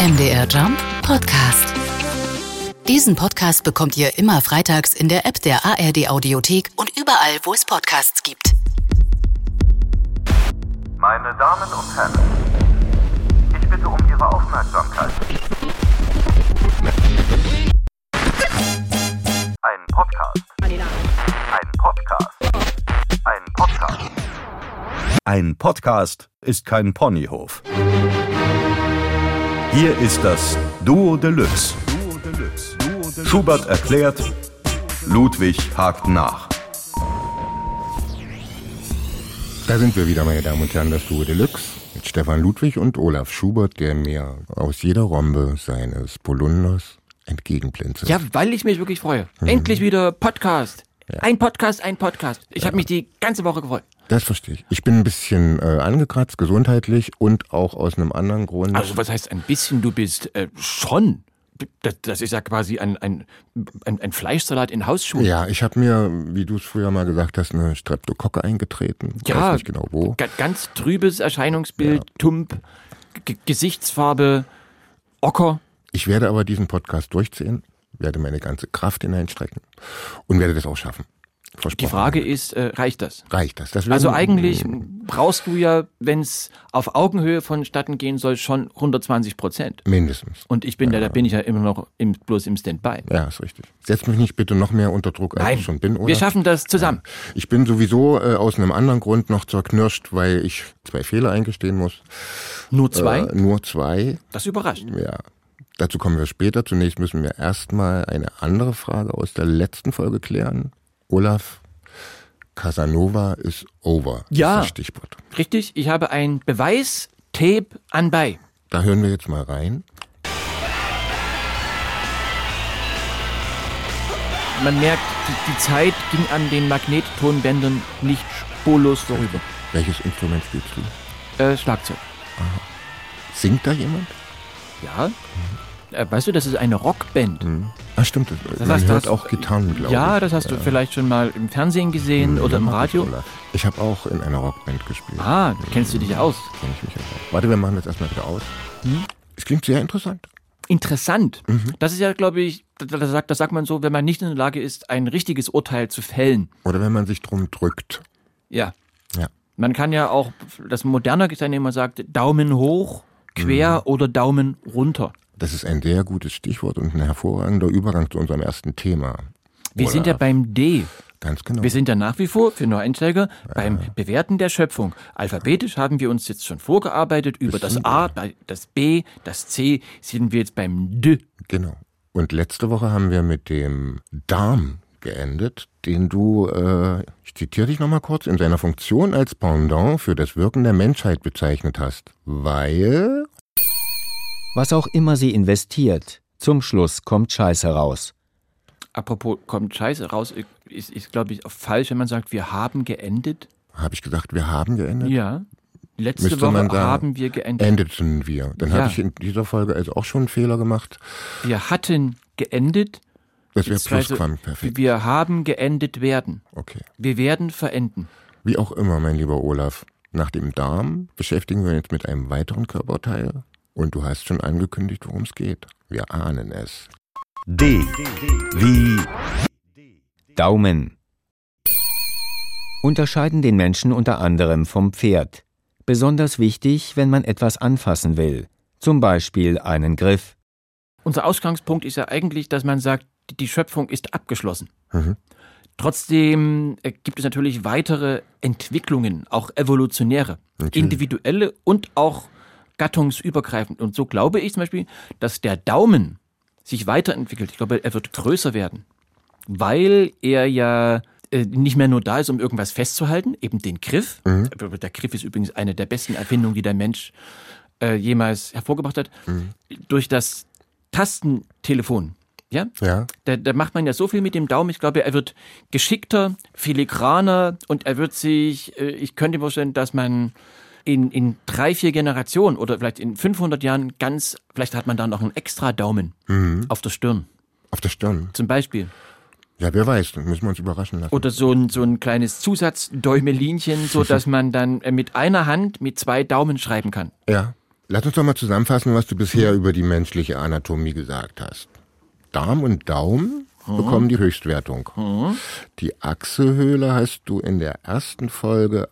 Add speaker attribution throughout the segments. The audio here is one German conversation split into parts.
Speaker 1: MDR Jump Podcast. Diesen Podcast bekommt ihr immer freitags in der App der ARD Audiothek und überall, wo es Podcasts gibt.
Speaker 2: Meine Damen und Herren, ich bitte um Ihre Aufmerksamkeit. Ein Podcast. Ein Podcast. Ein Podcast.
Speaker 3: Ein Podcast ist kein Ponyhof. Hier ist das Duo Deluxe. Schubert erklärt, Ludwig hakt nach.
Speaker 4: Da sind wir wieder, meine Damen und Herren, das Duo Deluxe mit Stefan Ludwig und Olaf Schubert, der mir aus jeder Rombe seines Polunders entgegenblinzelt.
Speaker 5: Ja, weil ich mich wirklich freue.
Speaker 4: Mhm.
Speaker 5: Endlich wieder Podcast. Ein Podcast, ein Podcast. Ich habe mich die ganze Woche gefreut.
Speaker 4: Das verstehe ich. Ich bin ein bisschen äh, angekratzt, gesundheitlich und auch aus einem anderen Grund.
Speaker 5: Also was heißt ein bisschen, du bist äh, schon. Das, das ist ja quasi ein, ein, ein, ein Fleischsalat in Hausschuhen.
Speaker 4: ja, ich habe mir, wie du es früher mal gesagt hast, eine Streptokokke eingetreten. Ich
Speaker 5: Ja.
Speaker 4: Weiß nicht genau wo.
Speaker 5: Ga- ganz trübes Erscheinungsbild, Tump, G Gesichtsfarbe, Ocker.
Speaker 4: Ich werde aber diesen Podcast durchziehen, werde meine ganze Kraft hineinstrecken und werde das auch schaffen. Versprochen.
Speaker 5: Die Frage ist, äh, reicht das?
Speaker 4: reicht das? das werden-
Speaker 5: Also eigentlich brauchst du ja, wenn es auf Augenhöhe vonstatten gehen soll, schon 120 Prozent.
Speaker 4: mindestens.
Speaker 5: Und ich bin ja. da, da bin ich ja immer noch im, bloß im Standby.
Speaker 4: Ja, ist richtig. Setz mich nicht bitte noch mehr unter Druck, als ich schon bin, oder?
Speaker 5: wir schaffen das zusammen.
Speaker 4: Ich bin sowieso äh, aus einem anderen Grund noch zerknirscht, weil ich zwei Fehler eingestehen muss.
Speaker 5: Nur zwei?
Speaker 4: Äh, nur zwei.
Speaker 5: Das überrascht.
Speaker 4: Ja. Dazu kommen wir später. Zunächst müssen wir erstmal eine andere Frage aus der letzten Folge klären. Olaf, Casanova ist over. Ist
Speaker 5: Ja.
Speaker 4: das Stichwort.
Speaker 5: Richtig, ich habe ein Beweis-Tape anbei.
Speaker 4: Da hören wir jetzt mal rein.
Speaker 5: Man merkt, die, die Zeit ging an den Magnettonbändern nicht spurlos vorüber.
Speaker 4: Welches Instrument spielst du?
Speaker 5: Äh, Schlagzeug.
Speaker 4: Singt da jemand?
Speaker 5: Ja? Äh, weißt du, das ist eine Rockband.
Speaker 4: Ah, stimmt. Das, man
Speaker 5: hast-
Speaker 4: hört
Speaker 5: das-
Speaker 4: auch Gitarren, glaube ich. Mhm.
Speaker 5: Ja, das hast du vielleicht schon mal im Fernsehen gesehen oder im Radio.
Speaker 4: Ich habe auch in einer Rockband gespielt.
Speaker 5: Ah, kennst du dich aus?
Speaker 4: Kenn ich mich auch. aus. Warte, wir machen jetzt erstmal wieder aus.
Speaker 5: Hm?
Speaker 4: Es klingt sehr interessant.
Speaker 5: Interessant.
Speaker 4: Mhm.
Speaker 5: Das ist ja, glaube ich, das, das, sagt, das sagt man so, wenn man nicht in der Lage ist, ein richtiges Urteil zu fällen.
Speaker 4: Oder wenn man sich drum drückt.
Speaker 5: Ja.
Speaker 4: Ja.
Speaker 5: Man kann ja auch, das moderne Teilnehmer sagt, Daumen hoch,
Speaker 4: Mhm.
Speaker 5: quer oder Daumen runter.
Speaker 4: Das ist ein sehr gutes Stichwort und ein hervorragender Übergang zu unserem ersten Thema.
Speaker 5: Wir
Speaker 4: Oder-
Speaker 5: sind ja beim D.
Speaker 4: Ganz genau.
Speaker 5: Wir sind ja nach wie vor für Neueinsteiger beim Bewerten der Schöpfung. Alphabetisch haben wir uns jetzt schon vorgearbeitet über das A, bei- das B, das C, sind wir jetzt beim D.
Speaker 4: genau. Und letzte Woche haben wir mit dem Darm geendet, den du, äh, ich zitiere dich nochmal kurz, in seiner Funktion als Pendant für das Wirken der Menschheit bezeichnet hast. Weil
Speaker 6: Was auch immer sie investiert, zum Schluss kommt Scheiß heraus.
Speaker 5: Apropos, kommt Scheiße raus, ist, ist glaube ich, falsch, wenn man sagt, wir haben geendet.
Speaker 4: Habe ich gesagt, wir haben geendet?
Speaker 5: Ja. Letzte
Speaker 4: Müsste
Speaker 5: Woche
Speaker 4: man sagen,
Speaker 5: haben wir geendet.
Speaker 4: Endeten wir. Dann
Speaker 5: Ja.
Speaker 4: habe ich in dieser Folge also auch schon einen Fehler gemacht.
Speaker 5: Wir hatten geendet.
Speaker 4: Das wäre
Speaker 5: beziehungsweise
Speaker 4: Plusquamperfekt.
Speaker 5: Wir haben geendet werden.
Speaker 4: Okay.
Speaker 5: Wir werden verenden.
Speaker 4: Wie auch immer, mein lieber Olaf. Nach dem Darm beschäftigen wir uns jetzt mit einem weiteren Körperteil. Und du hast schon angekündigt, worum es geht. Wir ahnen es.
Speaker 3: D wie
Speaker 6: Daumen. Unterscheiden den Menschen unter anderem vom Pferd. Besonders wichtig, wenn man etwas anfassen will, zum Beispiel einen Griff.
Speaker 5: Unser Ausgangspunkt ist ja eigentlich, dass man sagt, die Schöpfung ist abgeschlossen.
Speaker 4: Mhm.
Speaker 5: Trotzdem äh, gibt es natürlich weitere Entwicklungen, auch evolutionäre, individuelle und auch gattungsübergreifend. Und so glaube ich zum Beispiel, dass der Daumen sich weiterentwickelt. Ich glaube, er wird größer werden, weil er ja äh, nicht mehr nur da ist, um irgendwas festzuhalten, eben den Griff. Der Griff ist übrigens eine der besten Erfindungen, die der Mensch äh, jemals hervorgebracht hat. Durch das Tastentelefon, ja,
Speaker 4: Ja?
Speaker 5: da, da macht man ja so viel mit dem Daumen. Ich glaube, er wird geschickter, filigraner und er wird sich, äh, ich könnte mir vorstellen, dass man in, in drei, vier Generationen oder vielleicht in 500 Jahren ganz, vielleicht hat man da noch einen extra Daumen auf der Stirn
Speaker 4: Auf der Stirn.
Speaker 5: zum Beispiel.
Speaker 4: Ja, wer weiß, dann müssen wir uns überraschen lassen.
Speaker 5: Oder so ein, so ein kleines Zusatzdäumelinchen, so dass man dann äh, mit einer Hand mit zwei Daumen schreiben kann.
Speaker 4: ja. Lass uns doch mal zusammenfassen, was du bisher über die menschliche Anatomie gesagt hast. Darm und Daumen bekommen die Höchstwertung. Die Achselhöhle hast du in der ersten Folge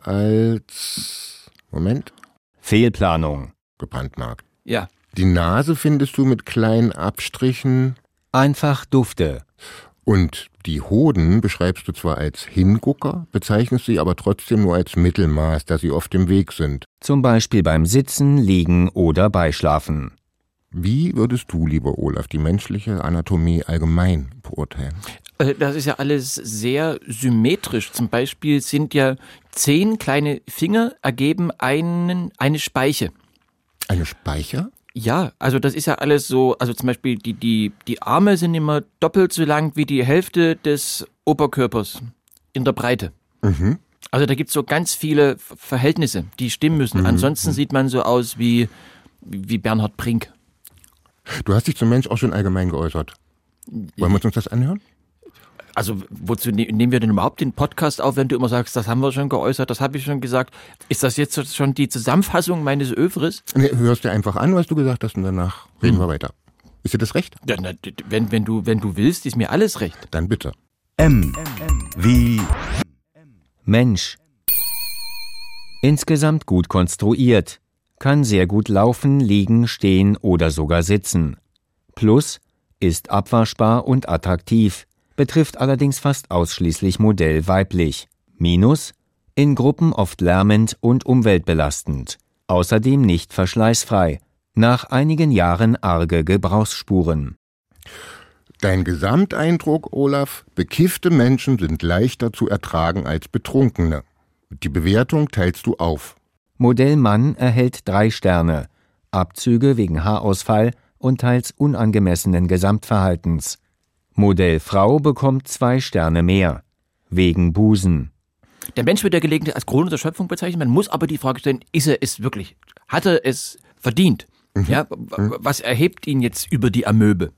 Speaker 4: als Moment
Speaker 6: Fehlplanung.
Speaker 4: gebrandmarkt.
Speaker 5: Ja.
Speaker 4: Die Nase findest du mit kleinen Abstrichen
Speaker 6: Einfach Dufte.
Speaker 4: und die Hoden beschreibst du zwar als Hingucker, bezeichnest sie aber trotzdem nur als Mittelmaß, da sie oft im Weg sind.
Speaker 6: Zum Beispiel beim Sitzen, Liegen oder Beischlafen.
Speaker 4: Wie würdest du, lieber Olaf, die menschliche Anatomie allgemein beurteilen?
Speaker 5: Äh, Das ist ja alles sehr symmetrisch. Zum Beispiel sind ja zehn kleine Finger ergeben einen, eine Speiche.
Speaker 4: Eine Speicher?
Speaker 5: Ja, also das ist ja alles so, also zum Beispiel die, die, die Arme sind immer doppelt so lang wie die Hälfte des Oberkörpers in der Breite. Also da gibt's so ganz viele Ver- Verhältnisse, die stimmen müssen. Ansonsten sieht man so aus wie, wie Bernhard Brink.
Speaker 4: Du hast dich zum Mensch auch schon allgemein geäußert. Wollen wir uns das anhören?
Speaker 5: Also wozu ne nehmen wir denn überhaupt den Podcast auf, wenn du immer sagst, das haben wir schon geäußert, das habe ich schon gesagt. Ist das jetzt schon die Zusammenfassung meines Övres?
Speaker 4: Nee, hörst dir einfach an, was du gesagt hast, und danach reden wir weiter. Ist dir das recht?
Speaker 5: Ja, na, d- d- wenn, wenn, du, wenn du willst, ist mir alles recht.
Speaker 4: Dann bitte.
Speaker 3: M wie
Speaker 6: Mensch. Insgesamt gut konstruiert. Kann sehr gut laufen, liegen, stehen oder sogar sitzen. Plus ist abwaschbar und attraktiv, betrifft allerdings fast ausschließlich Modell weiblich. Minus in Gruppen oft lärmend und umweltbelastend. Außerdem nicht verschleißfrei. Nach einigen Jahren arge Gebrauchsspuren.
Speaker 4: Dein Gesamteindruck, Olaf, bekiffte Menschen sind leichter zu ertragen als Betrunkene. Die Bewertung teilst du auf.
Speaker 6: Modell Mann erhält drei Sterne. Abzüge wegen Haarausfall und teils unangemessenen Gesamtverhaltens. Modell Frau bekommt zwei Sterne mehr. Wegen Busen.
Speaker 5: Der Mensch wird ja gelegentlich als Krone der Schöpfung bezeichnet. Man muss aber die Frage stellen, ist er es wirklich? Hat er es verdient? Ja, w- w- was erhebt ihn jetzt über die Amöbe?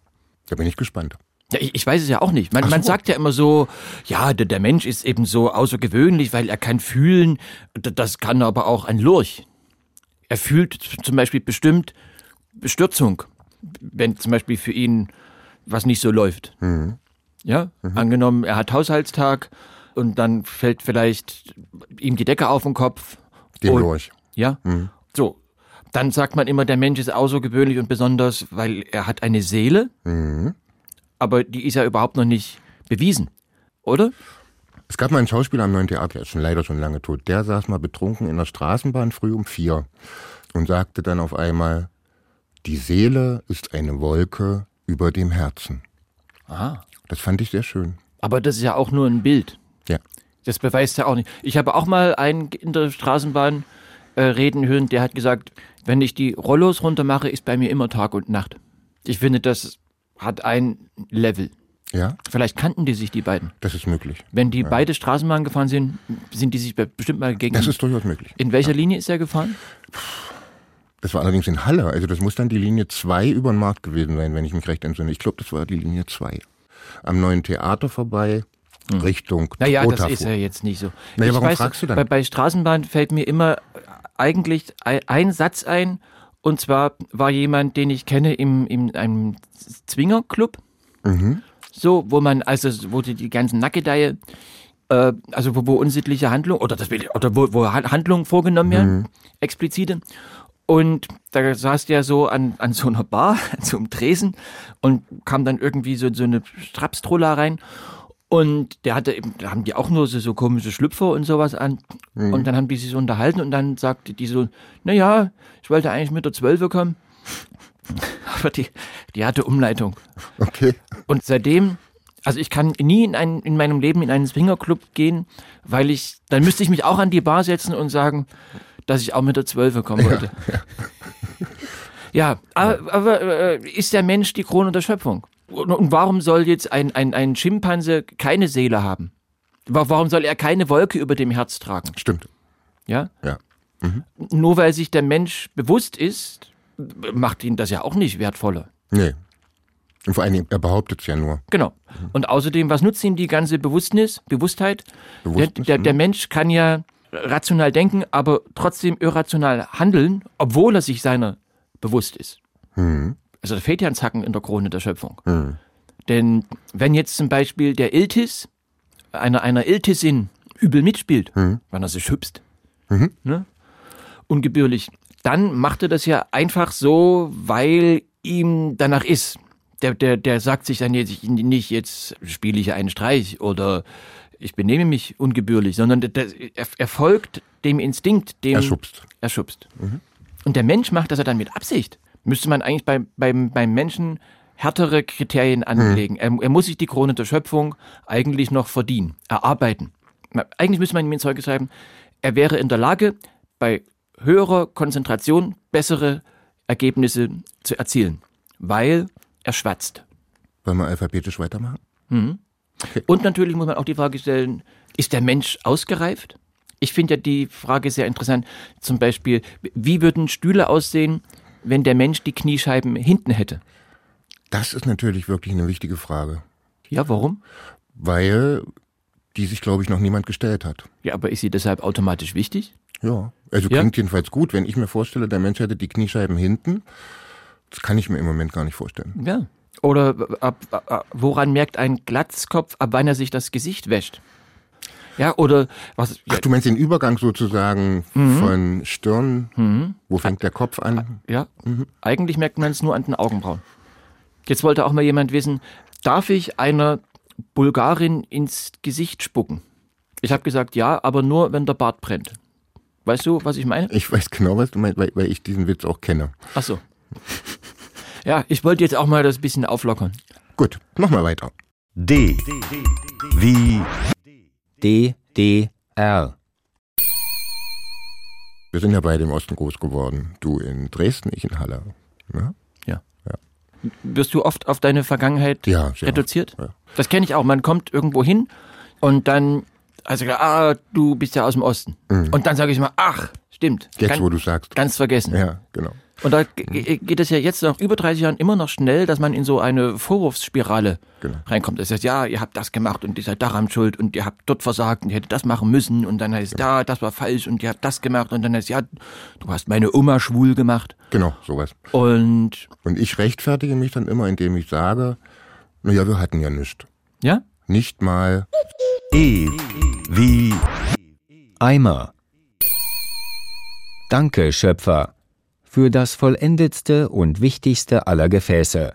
Speaker 4: Da bin ich gespannt.
Speaker 5: Ja, ich, ich weiß es ja auch nicht. Man, man
Speaker 4: so.
Speaker 5: sagt ja immer so, ja, der, der Mensch ist eben so außergewöhnlich, weil er kann fühlen. D- Das kann aber auch ein Lurch. Er fühlt z- zum Beispiel bestimmt Bestürzung, wenn zum Beispiel für ihn was nicht so läuft.
Speaker 4: Mhm.
Speaker 5: Ja, angenommen, er hat Haushaltstag und dann fällt vielleicht ihm die Decke auf den Kopf.
Speaker 4: Dem
Speaker 5: und,
Speaker 4: Lurch.
Speaker 5: Ja,
Speaker 4: Mhm.
Speaker 5: so. Dann sagt man immer, der Mensch ist außergewöhnlich und besonders, weil er hat eine Seele.
Speaker 4: Mhm.
Speaker 5: Aber die ist ja überhaupt noch nicht bewiesen, oder?
Speaker 4: Es gab mal einen Schauspieler am Neuen Theater, der ist schon leider schon lange tot. Der saß mal betrunken in der Straßenbahn früh um vier und sagte dann auf einmal, die Seele ist eine Wolke über dem Herzen.
Speaker 5: Ah.
Speaker 4: Das fand ich sehr schön.
Speaker 5: Aber das ist ja auch nur ein Bild.
Speaker 4: Ja.
Speaker 5: Das beweist ja auch nicht. Ich habe auch mal einen in der Straßenbahn äh, reden hören, der hat gesagt, wenn ich die Rollos runtermache, ist bei mir immer Tag und Nacht. Ich finde, das hat ein Level.
Speaker 4: Ja,
Speaker 5: Vielleicht kannten die sich die beiden.
Speaker 4: das ist möglich.
Speaker 5: Wenn die beide Straßenbahn gefahren sind, sind die sich be- bestimmt mal gegen.
Speaker 4: Das ist durchaus möglich.
Speaker 5: in welcher Linie ist er gefahren?
Speaker 4: Das war allerdings in Halle. Also das muss dann die Linie 2 über den Markt gewesen sein, wenn ich mich recht entsinne. Ich glaube, das war die Linie 2. Am neuen Theater vorbei, Richtung
Speaker 5: Naja, das
Speaker 4: Rotafurt.
Speaker 5: ist Hm. ja jetzt nicht so.
Speaker 4: Naja,
Speaker 5: Ich
Speaker 4: warum fragst du dann?
Speaker 5: Bei, bei Straßenbahn fällt mir immer äh, eigentlich ei- ein Satz ein. Und zwar war jemand, den ich kenne, im, in einem Zwingerclub.
Speaker 4: Mhm.
Speaker 5: So, wo man, also, wo die, die ganzen Nackedei, äh, also wo, wo unsittliche Handlungen, oder, das, will- oder wo, wo Han- Handlungen vorgenommen
Speaker 4: Mhm.
Speaker 5: werden, explizite. Und da saß der so an, an so einer Bar, an so einem Tresen und kam dann irgendwie so, so eine Strapstrolla rein. Und der hatte eben, da haben die auch nur so, so komische Schlüpfer und sowas an. Und dann haben die sich so unterhalten und dann sagte die so, naja, ich wollte eigentlich mit der Zwölfe kommen. Aber die, die hatte Umleitung.
Speaker 4: Okay.
Speaker 5: Und seitdem, also ich kann nie in, einen, in meinem Leben in einen Swingerclub gehen, weil ich, dann müsste ich mich auch an die Bar setzen und sagen, dass ich auch mit der Zwölfe kommen wollte. Ja, aber, aber äh, ist der Mensch die Krone der Schöpfung? Und, und warum soll jetzt ein, ein, ein Schimpanse keine Seele haben? Wa- Warum soll er keine Wolke über dem Herz tragen?
Speaker 4: Stimmt.
Speaker 5: Ja?
Speaker 4: Ja.
Speaker 5: Nur weil sich der Mensch bewusst ist, macht ihn das ja auch nicht wertvoller.
Speaker 4: Nee. Und vor allen Dingen, er behauptet es ja nur.
Speaker 5: Genau. Und außerdem, was nutzt ihm die ganze Bewusstnis, Bewusstheit?
Speaker 4: Bewusstnis,
Speaker 5: der, der, der Mensch kann ja rational denken, aber trotzdem irrational handeln, obwohl er sich seiner bewusst ist. Also da fehlt ja ein Zacken in der Krone der Schöpfung. Denn wenn jetzt zum Beispiel der Iltis einer, einer Iltisin übel mitspielt, wenn er sich hübst, ne? ungebührlich, dann macht er das ja einfach so, weil ihm danach ist. Der, der, der sagt sich dann jetzt nicht, jetzt spiele ich einen Streich oder ich benehme mich ungebührlich, sondern der, der, er, er folgt dem Instinkt, dem
Speaker 4: Er schubst.
Speaker 5: er schubst. Und der Mensch macht das ja dann mit Absicht. Müsste man eigentlich beim, beim, beim Menschen härtere Kriterien anlegen. Er, er muss sich die Krone der Schöpfung eigentlich noch verdienen, erarbeiten. Ma- Eigentlich müsste man ihm ins Zeug schreiben, er wäre in der Lage, bei höherer Konzentration bessere Ergebnisse zu erzielen, weil er schwatzt.
Speaker 4: Wollen wir alphabetisch weitermachen?
Speaker 5: Und natürlich muss man auch die Frage stellen, ist der Mensch ausgereift? Ich finde ja die Frage sehr interessant. Zum Beispiel, wie würden Stühle aussehen, wenn der Mensch die Kniescheiben hinten hätte?
Speaker 4: Das ist natürlich wirklich eine wichtige Frage,
Speaker 5: Ja, warum?
Speaker 4: weil die sich, glaube ich, noch niemand gestellt hat.
Speaker 5: Ja, aber ist sie deshalb automatisch wichtig?
Speaker 4: Ja. Also
Speaker 5: Ja.
Speaker 4: klingt jedenfalls gut, wenn ich mir vorstelle, der Mensch hätte die Kniescheiben hinten. Das kann ich mir im Moment gar nicht vorstellen.
Speaker 5: Ja. Oder äh, ab, ab, ab- woran merkt ein Glatzkopf, ab wann er sich das Gesicht wäscht? Ja, oder was?
Speaker 4: Ach,
Speaker 5: Ja,
Speaker 4: du meinst den Übergang sozusagen
Speaker 5: Mhm.
Speaker 4: von Stirn, wo fängt der Kopf an?
Speaker 5: ja
Speaker 4: Mhm.
Speaker 5: eigentlich merkt man es nur an den Augenbrauen. Jetzt wollte auch mal jemand wissen, darf ich einer Bulgarin ins Gesicht spucken? Ich habe gesagt, ja, aber nur, wenn der Bart brennt. Weißt du, was ich meine?
Speaker 4: Ich weiß genau, was du meinst, weil, weil ich diesen Witz auch kenne.
Speaker 5: Ach so. Ja, ich wollte jetzt auch mal das bisschen auflockern.
Speaker 4: Gut, mach mal weiter.
Speaker 3: D wie
Speaker 6: D, D, R.
Speaker 4: Wir sind ja beide im Osten groß geworden. Du in Dresden, ich in Halle. Ja,
Speaker 5: Wirst du oft auf deine Vergangenheit
Speaker 4: ja sehr.
Speaker 5: reduziert?
Speaker 4: Ja.
Speaker 5: Das kenne ich auch. Man kommt irgendwo hin und dann, also, ah, du bist ja aus dem Osten. Und dann sage ich mal, ach, stimmt.
Speaker 4: Mhm. Jetzt,
Speaker 5: ganz,
Speaker 4: wo du sagst.
Speaker 5: ganz vergessen.
Speaker 4: Ja, genau.
Speaker 5: Und da ge- ge- geht es ja jetzt nach über 30 Jahren immer noch schnell, dass man in so eine Vorwurfsspirale
Speaker 4: Genau.
Speaker 5: reinkommt. Das heißt, ja, ihr habt das gemacht und ihr seid daran schuld und ihr habt dort versagt und ihr hättet das machen müssen und dann
Speaker 4: Genau.
Speaker 5: heißt, da, das war falsch und ihr habt das gemacht und dann heißt, ja, du hast meine Oma schwul gemacht.
Speaker 4: Genau, sowas.
Speaker 5: Und,
Speaker 4: Und ich rechtfertige mich dann immer, indem ich sage, naja, wir hatten ja nichts.
Speaker 5: ja?
Speaker 4: Nicht mal
Speaker 3: E wie
Speaker 6: Eimer. Danke, Schöpfer, für das vollendetste und wichtigste aller Gefäße.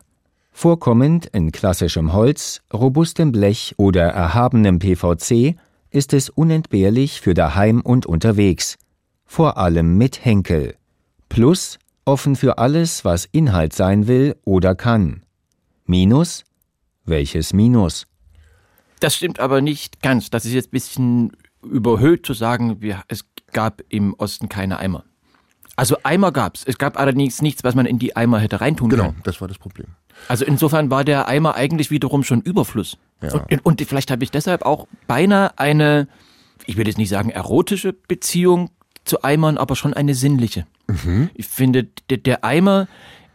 Speaker 6: Vorkommend in klassischem Holz, robustem Blech oder erhabenem PVC ist es unentbehrlich für daheim und unterwegs, vor allem mit Henkel. Plus offen für alles, was Inhalt sein will oder kann. Minus? Welches Minus?
Speaker 5: Das stimmt aber nicht ganz. Das ist jetzt ein bisschen überhöht zu sagen, wir, es gab im Osten keine Eimer. Also Eimer gab's. Es gab allerdings nichts, was man in die Eimer hätte reintun
Speaker 4: Genau,
Speaker 5: können.
Speaker 4: das war das Problem.
Speaker 5: Also insofern war der Eimer eigentlich wiederum schon Überfluss. Und, und vielleicht habe ich deshalb auch beinahe eine, ich will jetzt nicht sagen erotische Beziehung zu Eimern, aber schon eine sinnliche. Ich finde, der, der Eimer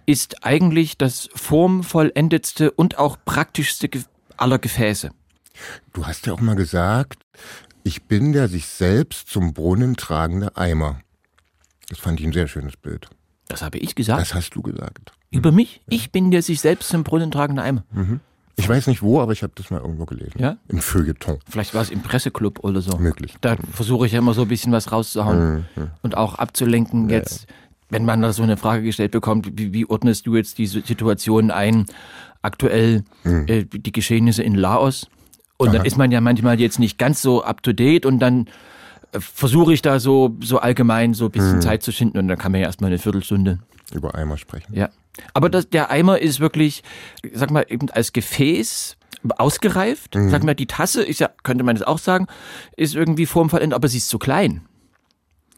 Speaker 5: ist eigentlich das formvollendetste und auch praktischste Ge- aller Gefäße.
Speaker 4: Du hast ja auch mal gesagt, ich bin der sich selbst zum Brunnen tragende Eimer. Das fand ich ein sehr schönes Bild.
Speaker 5: Das habe ich gesagt.
Speaker 4: Das hast du gesagt.
Speaker 5: Über mich? Ich bin der sich selbst zum Brunnen tragende Eimer.
Speaker 4: Ich weiß nicht wo, aber ich habe das mal irgendwo gelesen.
Speaker 5: Ja?
Speaker 4: Im Feuilleton.
Speaker 5: Vielleicht war es im Presseclub oder so.
Speaker 4: Möglich.
Speaker 5: Da versuche ich ja immer so ein bisschen was rauszuhauen und auch abzulenken jetzt, wenn man da so eine Frage gestellt bekommt, wie, wie ordnest du jetzt diese Situation ein, aktuell äh, die Geschehnisse in Laos? Und dann ist man ja manchmal jetzt nicht ganz so up-to-date und dann äh, versuche ich da so, so allgemein so ein bisschen Zeit zu schinden und dann kann man ja erstmal eine Viertelstunde
Speaker 4: Über Eimer sprechen.
Speaker 5: ja. Aber das, der Eimer ist wirklich, sag mal, eben als Gefäß ausgereift. Sag mal, die Tasse ist ja, könnte man das auch sagen, ist irgendwie formvollendet, aber sie ist zu klein.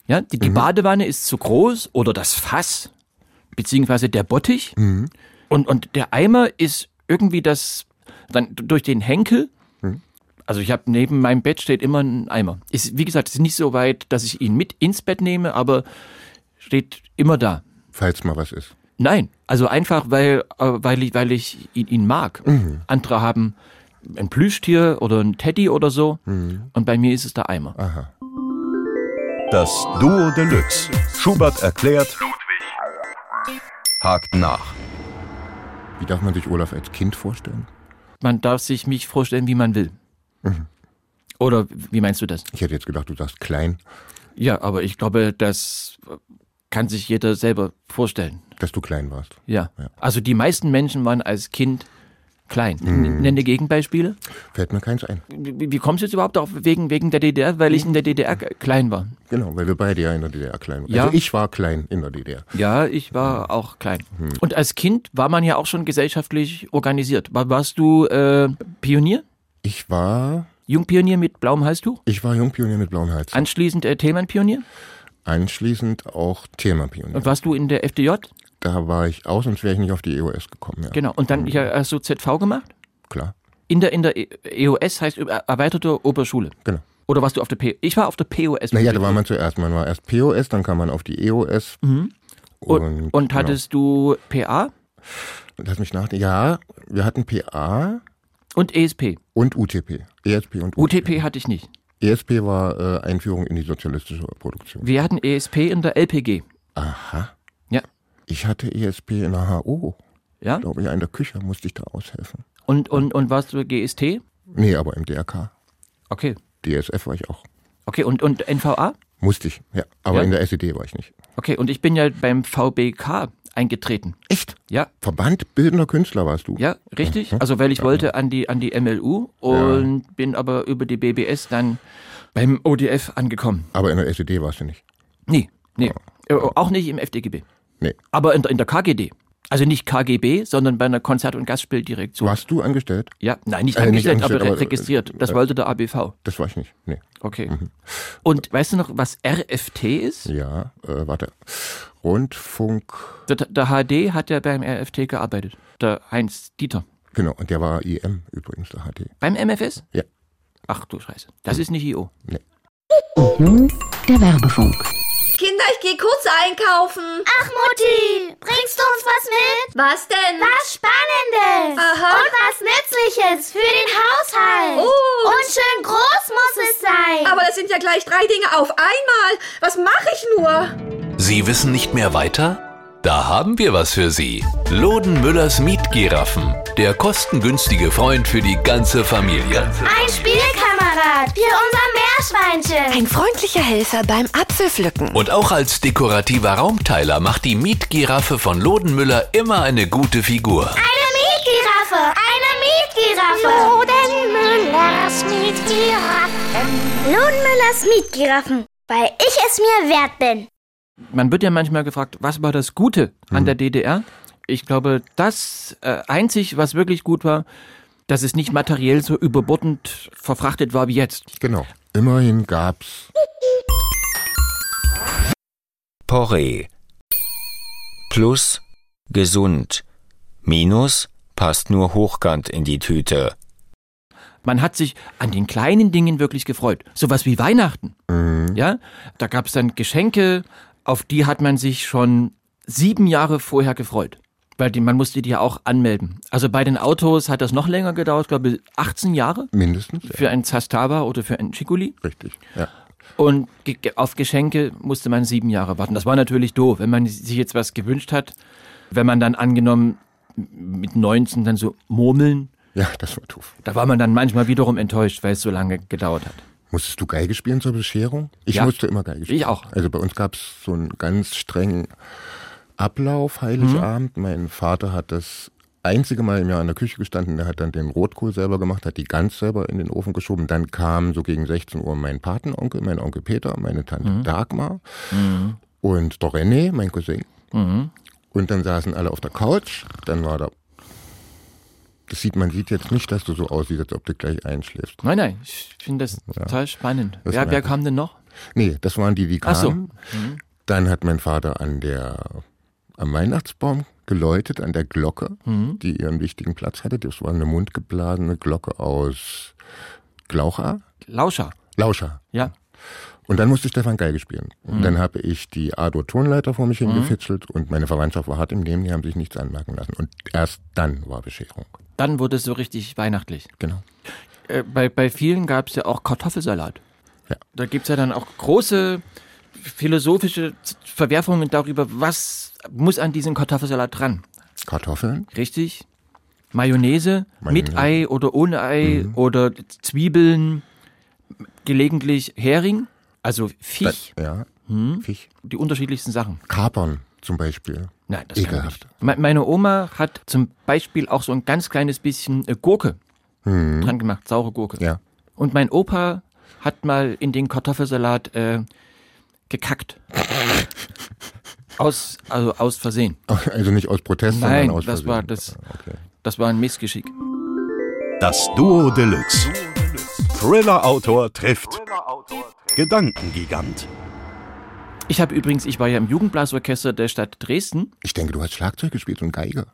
Speaker 5: Ja, die, die Badewanne ist zu groß oder das Fass, beziehungsweise der Bottich. Und, und der Eimer ist irgendwie das, dann durch den Henkel. Also ich habe neben meinem Bett steht immer ein Eimer. Ist, wie gesagt, ist nicht so weit, dass ich ihn mit ins Bett nehme, aber steht immer da.
Speaker 4: Falls mal was ist.
Speaker 5: Nein, also einfach, weil, äh, weil ich, weil ich ihn, ihn mag. Andere haben ein Plüschtier oder ein Teddy oder so. Und bei mir ist es der Eimer.
Speaker 3: das Duo Deluxe. Schubert erklärt
Speaker 7: hakt nach.
Speaker 4: Wie darf man sich Olaf als Kind vorstellen?
Speaker 5: Man darf sich mich vorstellen, wie man will. Mhm. Oder wie meinst du das?
Speaker 4: Ich hätte jetzt gedacht, du sagst klein,
Speaker 5: Ja, aber ich glaube, das kann sich jeder selber vorstellen.
Speaker 4: dass du klein warst.
Speaker 5: Ja. Also die meisten Menschen waren als Kind klein. N- Nenne Gegenbeispiele.
Speaker 4: Fällt mir keins ein.
Speaker 5: Wie, wie kommst du jetzt überhaupt auf wegen, wegen der DDR? Weil ich in der DDR k- klein war.
Speaker 4: Genau, weil wir beide ja in der DDR klein waren.
Speaker 5: Ja.
Speaker 4: Also ich war klein in der DDR.
Speaker 5: Ja, ich war auch klein. Und als Kind war man ja auch schon gesellschaftlich organisiert. War, warst du äh, Pionier?
Speaker 4: Ich war,
Speaker 5: Jungpionier mit blauem Halstuch?
Speaker 4: ich war Jungpionier mit blauem Hals.
Speaker 5: Anschließend äh, Themenpionier?
Speaker 4: Anschließend auch Themapionier.
Speaker 5: Und warst du in der FDJ?
Speaker 4: Da war ich aus, sonst wäre ich nicht auf die EOS gekommen. Ja,
Speaker 5: Genau. Und dann ja, hast du ZV gemacht?
Speaker 4: klar.
Speaker 5: In der, in der E- EOS heißt über- erweiterte Oberschule.
Speaker 4: Genau.
Speaker 5: Oder warst du auf der P Ich war auf der POS.
Speaker 4: Naja, da war man zuerst. Man war erst POS, dann kam man auf die E EOS.
Speaker 5: und, Mhm. und hattest du PA
Speaker 4: Genau. Lass mich nachdenken. Ja, wir hatten PA
Speaker 5: und E ESP.
Speaker 4: und UTP. ESP E und UTP.
Speaker 5: UTP hatte ich nicht.
Speaker 4: ESP war äh, Einführung in die sozialistische Produktion.
Speaker 5: Wir hatten ESP in der LPG.
Speaker 4: Aha.
Speaker 5: Ja.
Speaker 4: Ich hatte ESP in der HO.
Speaker 5: Ja?
Speaker 4: Glaube ich, in der Küche musste ich da aushelfen.
Speaker 5: Und, und, und warst du GST?
Speaker 4: Nee, aber im DRK.
Speaker 5: Okay.
Speaker 4: DSF war ich auch.
Speaker 5: Okay, und, und NVA?
Speaker 4: Musste ich, ja. Aber
Speaker 5: Ja?
Speaker 4: in der SED war ich nicht.
Speaker 5: Okay, und ich bin ja beim VBK eingetreten.
Speaker 4: Echt?
Speaker 5: Ja,
Speaker 4: Verband bildender Künstler warst du?
Speaker 5: ja,
Speaker 4: Mhm.
Speaker 5: richtig. Also weil ich wollte an die, an die MLU und bin aber über die BBS dann beim ODF angekommen.
Speaker 4: Aber in der SED warst du nicht.
Speaker 5: Nee, nee. Äh, Auch nicht im FDGB.
Speaker 4: Nee.
Speaker 5: Aber in, der- in der KGD. Also nicht KGB, sondern bei einer Konzert- und Gastspieldirektion.
Speaker 4: Warst du angestellt?
Speaker 5: Ja, nein, nicht
Speaker 4: Äh, nicht
Speaker 5: angestellt,
Speaker 4: angestellt,
Speaker 5: aber, re-
Speaker 4: aber, äh,
Speaker 5: registriert. Das
Speaker 4: äh,
Speaker 5: wollte der ABV.
Speaker 4: Das war ich nicht. Nee.
Speaker 5: Okay. Und weißt du noch, was RFT ist?
Speaker 4: Mhm. Ja, äh, warte. Rundfunk,
Speaker 5: Der, der HD hat ja beim RFT gearbeitet. Der Heinz Dieter.
Speaker 4: genau. Und der war IM übrigens, der HT.
Speaker 5: Beim MFS?
Speaker 4: Ja.
Speaker 5: Ach du Scheiße. Das ist nicht IO.
Speaker 1: Nun der Werbefunk.
Speaker 8: Kinder, ich gehe kurz einkaufen.
Speaker 9: Ach Mutti, bringst du uns was mit?
Speaker 8: Was denn?
Speaker 9: Was Spannendes
Speaker 8: Aha.
Speaker 9: und was Nützliches für den Haushalt.
Speaker 8: Oh.
Speaker 9: Und schön groß muss es sein.
Speaker 8: Aber das sind ja gleich drei Dinge auf einmal. Was mache ich nur?
Speaker 7: Sie wissen nicht mehr weiter? Da haben wir was für Sie. Loden Müllers Mietgiraffen. Der kostengünstige Freund für die ganze Familie.
Speaker 9: ein Spielkamerad für unser Meerschweinchen.
Speaker 10: Ein freundlicher Helfer beim Apfelpflücken.
Speaker 7: Und auch als dekorativer Raumteiler macht die Mietgiraffe von Loden Müller immer eine gute Figur.
Speaker 9: Eine Mietgiraffe, eine Mietgiraffe. Lodenmüllers Mietgiraffen. Lodenmüllers Mietgiraffen, weil ich es mir wert bin.
Speaker 5: Man wird ja manchmal gefragt, was war das Gute an der DDR? Ich glaube, das äh, einzig, was wirklich gut war, dass es nicht materiell so überbordend verfrachtet war wie jetzt.
Speaker 4: Genau. Immerhin gab's
Speaker 6: Porree. Plus gesund. Minus passt nur hochkant in die Tüte.
Speaker 5: Man hat sich an den kleinen Dingen wirklich gefreut. Sowas wie Weihnachten. Ja, da gab es dann Geschenke, auf die hat man sich schon sieben Jahre vorher gefreut. Weil die, man musste die ja auch anmelden. Also bei den Autos hat das noch länger gedauert, glaube ich, 18 Jahre
Speaker 4: mindestens. Ja,
Speaker 5: für einen Zastava oder für einen Chicoli.
Speaker 4: richtig. Ja.
Speaker 5: Und ge ge- auf Geschenke musste man sieben Jahre warten. Das war natürlich doof, wenn man sich jetzt was gewünscht hat. Wenn man dann angenommen mit 19 dann so murmeln,
Speaker 4: ja, das war doof.
Speaker 5: da war man dann manchmal wiederum enttäuscht, weil es so lange gedauert hat.
Speaker 4: Musstest du Geige spielen zur Bescherung? Ich
Speaker 5: Ja.
Speaker 4: musste immer Geige spielen.
Speaker 5: Ich auch.
Speaker 4: Also bei uns gab's so einen ganz strengen Ablauf, Heiligabend.
Speaker 5: Mhm.
Speaker 4: Mein Vater hat das einzige Mal im Jahr in der Küche gestanden. Der hat dann den Rotkohl selber gemacht, hat die Gans selber in den Ofen geschoben. Dann kam so gegen 16 Uhr mein Patenonkel, mein Onkel Peter, meine Tante
Speaker 5: Mhm.
Speaker 4: Dagmar und der René, mein Cousin.
Speaker 5: Mhm.
Speaker 4: Und dann saßen alle auf der Couch. Dann war da... Das sieht, man sieht jetzt nicht, dass du so aussiehst, als ob du gleich einschläfst.
Speaker 5: Nein, nein, ich finde das total spannend.
Speaker 4: Das
Speaker 5: Wer,
Speaker 4: merkt
Speaker 5: wer
Speaker 4: man.
Speaker 5: kam denn noch?
Speaker 4: Nee, das waren die, die
Speaker 5: Ach so. Mhm.
Speaker 4: kamen. Dann hat mein Vater an der, am Weihnachtsbaum geläutet, an der Glocke,
Speaker 5: Mhm.
Speaker 4: die ihren wichtigen Platz hatte. Das war eine mundgeblasene Glocke aus Glaucha,
Speaker 5: Lauscher,
Speaker 4: Lauscha.
Speaker 5: ja.
Speaker 4: Und dann musste Stefan Geige spielen. Und
Speaker 5: Mhm.
Speaker 4: dann habe ich die A-Dur-Tonleiter vor mich hingefitzelt und meine Verwandtschaft war hart im Nehmen, die haben sich nichts anmerken lassen. Und erst dann war Bescherung.
Speaker 5: Dann wurde es so richtig weihnachtlich.
Speaker 4: Genau.
Speaker 5: Äh, bei, bei vielen gab es ja auch Kartoffelsalat.
Speaker 4: Ja.
Speaker 5: Da gibt es ja dann auch große philosophische Z- Verwerfungen darüber, was muss an diesen Kartoffelsalat dran.
Speaker 4: Kartoffeln?
Speaker 5: Richtig? Mayonnaise, Mhm. mit Ei oder ohne Ei oder Zwiebeln, gelegentlich Hering, also Fisch,
Speaker 4: Ja.
Speaker 5: Mhm.
Speaker 4: Fisch.
Speaker 5: die unterschiedlichsten Sachen.
Speaker 4: Kapern zum Beispiel.
Speaker 5: Nein, das kann ich
Speaker 4: Ekelhaft.
Speaker 5: nicht. Me- Meine Oma hat zum Beispiel auch so ein ganz kleines bisschen äh, Gurke dran gemacht, saure Gurke.
Speaker 4: Ja.
Speaker 5: Und mein Opa hat mal in den Kartoffelsalat äh, gekackt. aus, also aus Versehen.
Speaker 4: Also nicht aus Protest,
Speaker 5: Nein,
Speaker 4: sondern aus
Speaker 5: das
Speaker 4: Versehen.
Speaker 5: war das, das war ein Missgeschick.
Speaker 11: Das Duo Deluxe. Thriller-Autor trifft Gedankengigant.
Speaker 5: Ich habe übrigens, ich war ja im Jugendblasorchester der Stadt Dresden.
Speaker 4: Ich denke, du hast Schlagzeug gespielt und Geige.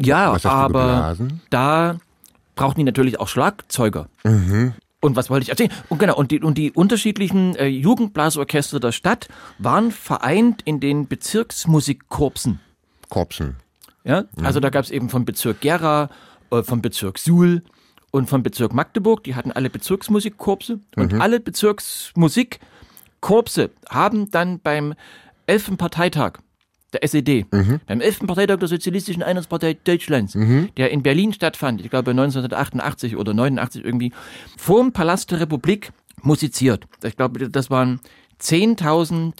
Speaker 5: Ja,
Speaker 4: Was hast du
Speaker 5: aber
Speaker 4: geblasen?
Speaker 5: da brauchten die natürlich auch Schlagzeuger.
Speaker 4: Mhm.
Speaker 5: Und was wollte ich erzählen? Und genau, und die, und die unterschiedlichen äh, Jugendblasorchester der Stadt waren vereint in den Bezirksmusikkorpsen.
Speaker 4: Korpsen.
Speaker 5: Ja? Also da gab es eben vom Bezirk Gera, äh, vom Bezirk Suhl und vom Bezirk Magdeburg, die hatten alle Bezirksmusikkorpse und alle Bezirksmusikkorpse haben dann beim 11. Parteitag der SED, beim 11. Parteitag der Sozialistischen Einheitspartei Deutschlands, der in Berlin stattfand, ich glaube 1988 oder 89 irgendwie, vorm Palast der Republik musiziert. Ich glaube, das waren 10.000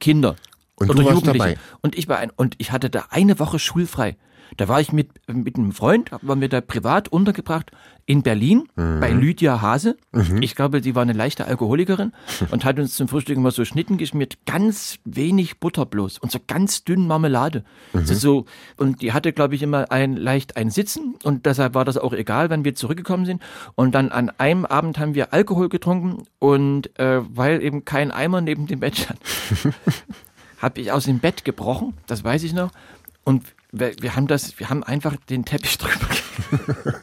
Speaker 5: Kinder
Speaker 4: Und
Speaker 5: oder
Speaker 4: du warst
Speaker 5: Jugendliche.
Speaker 4: dabei.
Speaker 5: Und ich war ein, und ich hatte da eine Woche schulfrei. Da war ich mit, mit einem Freund, waren wir da privat untergebracht in Berlin
Speaker 4: Mhm.
Speaker 5: bei Lydia Hase. Ich glaube, sie war eine leichte Alkoholikerin und hat uns zum Frühstück immer so Schnitten geschmiert, ganz wenig Butter bloß und so ganz dünn Marmelade.
Speaker 4: Mhm.
Speaker 5: So, so, und die hatte, glaube ich, immer ein leicht ein Sitzen und deshalb war das auch egal, wenn wir zurückgekommen sind. Und dann an einem Abend haben wir Alkohol getrunken und äh, weil eben kein Eimer neben dem Bett stand, habe ich aus dem Bett gebrochen, das weiß ich noch. Und wir, wir haben das, wir haben einfach den Teppich drüber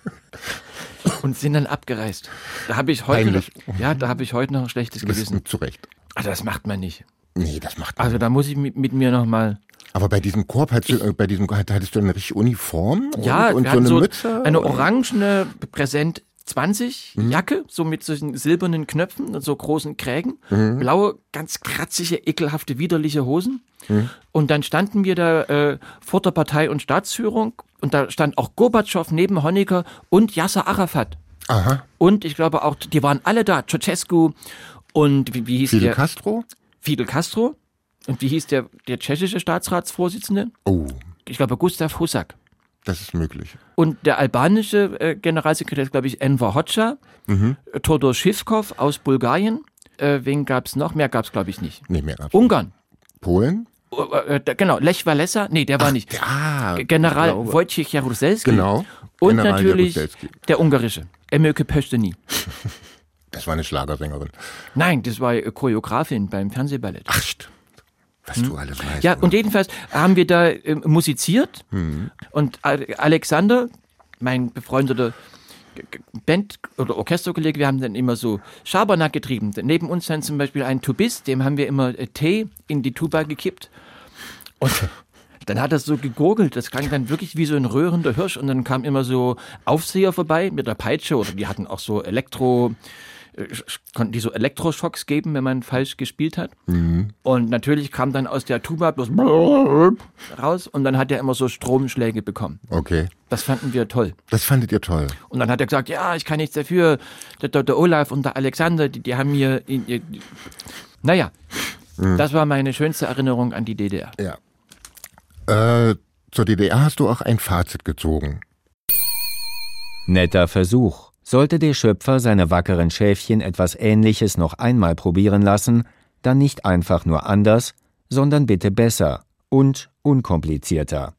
Speaker 5: gelegt und sind dann abgereist. Da habe ich heute noch,
Speaker 4: Peinlich.
Speaker 5: ja, da habe ich heute noch ein schlechtes
Speaker 4: Das ist
Speaker 5: Gewissen.
Speaker 4: zu Recht.
Speaker 5: Also das macht man nicht.
Speaker 4: Nee, das macht man.
Speaker 5: Also da muss ich mit, mit mir noch mal.
Speaker 4: Aber bei diesem Korb hattest du, äh, bei diesem, hattest du eine richtige Uniform
Speaker 5: Ja,
Speaker 4: und, und so
Speaker 5: wir hatten
Speaker 4: eine
Speaker 5: so
Speaker 4: Mütze. Mhm.
Speaker 5: eine orangene Präsent 20 Jacke, so mit solchen silbernen Knöpfen und so großen Krägen,
Speaker 4: Mhm.
Speaker 5: blaue, ganz kratzige, ekelhafte, widerliche Hosen.
Speaker 4: Mhm.
Speaker 5: Und dann standen wir da äh, vor der Partei und Staatsführung und da stand auch Gorbatschow neben Honecker und Yasser Arafat.
Speaker 4: Aha.
Speaker 5: Und ich glaube auch, die waren alle da, Ceausescu und wie, wie hieß
Speaker 4: Fidel
Speaker 5: der?
Speaker 4: Castro?
Speaker 5: Fidel Castro. Und wie hieß der, der tschechische Staatsratsvorsitzende?
Speaker 4: Oh,
Speaker 5: Ich glaube Gustav Husak.
Speaker 4: das ist möglich.
Speaker 5: Und der albanische äh, Generalsekretär ist, glaube ich, Enver Hoxha,
Speaker 4: Mhm.
Speaker 5: äh, Todor Schivkov aus Bulgarien. Äh, wen gab es noch? Mehr gab es, glaube ich, nicht.
Speaker 4: Nee, mehr gab's.
Speaker 5: Ungarn.
Speaker 4: Polen?
Speaker 5: Uh, äh, da- genau, Lech Walesa. Nee, der war nicht.
Speaker 4: Ah,
Speaker 5: General
Speaker 4: ich glaube-
Speaker 5: Wojciech Jaruzelski.
Speaker 4: Genau.
Speaker 5: Und
Speaker 4: General
Speaker 5: natürlich
Speaker 4: Jaruzelski.
Speaker 5: der ungarische. Emilke Pösteni.
Speaker 4: Das war eine Schlagersängerin.
Speaker 5: Nein, das war äh, Choreografin beim Fernsehballett.
Speaker 4: Ach, stimmt. Was du alles weißt.
Speaker 5: Hm? Ja, und jedenfalls haben wir da äh, musiziert und A- Alexander, mein befreundeter G- G- Band- oder Orchesterkollege, wir haben dann immer so Schabernack getrieben. Neben uns dann zum Beispiel ein Tubist, dem haben wir immer äh, Tee in die Tuba gekippt. Und dann hat das so gegurgelt, das klang dann wirklich wie so ein röhrender Hirsch und dann kam immer so Aufseher vorbei mit der Peitsche oder die hatten auch so Elektro, äh, sch- konnten die so Elektroschocks geben, wenn man falsch gespielt hat. Und natürlich kam dann aus der Tuba bloß raus und dann hat er immer so Stromschläge bekommen.
Speaker 4: Okay.
Speaker 5: Das fanden wir toll.
Speaker 4: Das fandet ihr toll.
Speaker 5: Und dann hat er gesagt, ja, ich kann nichts dafür. Der, der, der Olaf und der Alexander, die, die haben mir... in- ihr- Naja, das war meine schönste Erinnerung an die DDR.
Speaker 4: Ja. Äh, zur DDR hast du auch ein Fazit gezogen.
Speaker 6: Netter Versuch. Sollte der Schöpfer seine wackeren Schäfchen etwas Ähnliches noch einmal probieren lassen, dann nicht einfach nur anders, sondern bitte besser und unkomplizierter.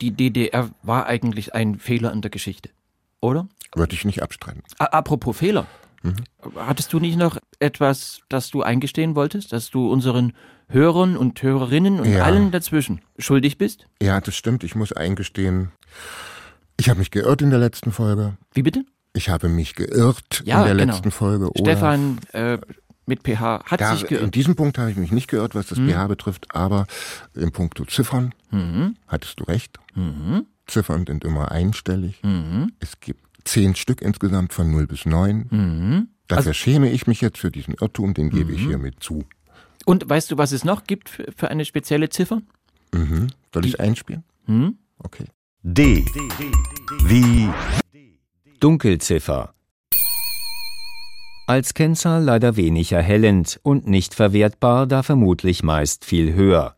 Speaker 5: Die DDR war eigentlich ein Fehler in der Geschichte, oder?
Speaker 4: Würde ich nicht abstreiten.
Speaker 5: A apropos Fehler. Hattest du nicht noch etwas, das du eingestehen wolltest, dass du unseren Hörern und Hörerinnen und
Speaker 4: Ja.
Speaker 5: allen dazwischen schuldig bist?
Speaker 4: Ja, das stimmt. Ich muss eingestehen, ich habe mich geirrt in der letzten Folge.
Speaker 5: Wie bitte?
Speaker 4: Ich habe mich geirrt
Speaker 5: Ja,
Speaker 4: in der
Speaker 5: genau.
Speaker 4: letzten Folge. Olaf.
Speaker 5: Stefan äh, mit PH hat
Speaker 4: Da,
Speaker 5: sich
Speaker 4: in
Speaker 5: geirrt. Hm.
Speaker 4: diesem Punkt habe ich mich nicht geirrt, was das pH betrifft, aber im Punkt zu Ziffern
Speaker 5: Mhm.
Speaker 4: hattest du recht. Ziffern sind immer einstellig.
Speaker 5: Mhm.
Speaker 4: Es gibt zehn Stück insgesamt
Speaker 5: Mhm. Also
Speaker 4: von 0 bis 9. Dafür schäme ich mich jetzt für diesen Irrtum, den gebe ich hiermit zu.
Speaker 5: Und weißt du, was es noch gibt für, für eine spezielle Ziffer?
Speaker 4: Mhm. Soll ich einspielen?
Speaker 5: Hm?
Speaker 4: Okay.
Speaker 3: D wie
Speaker 6: Dunkelziffer. Als Kennzahl leider wenig erhellend und nicht verwertbar, da vermutlich meist viel höher.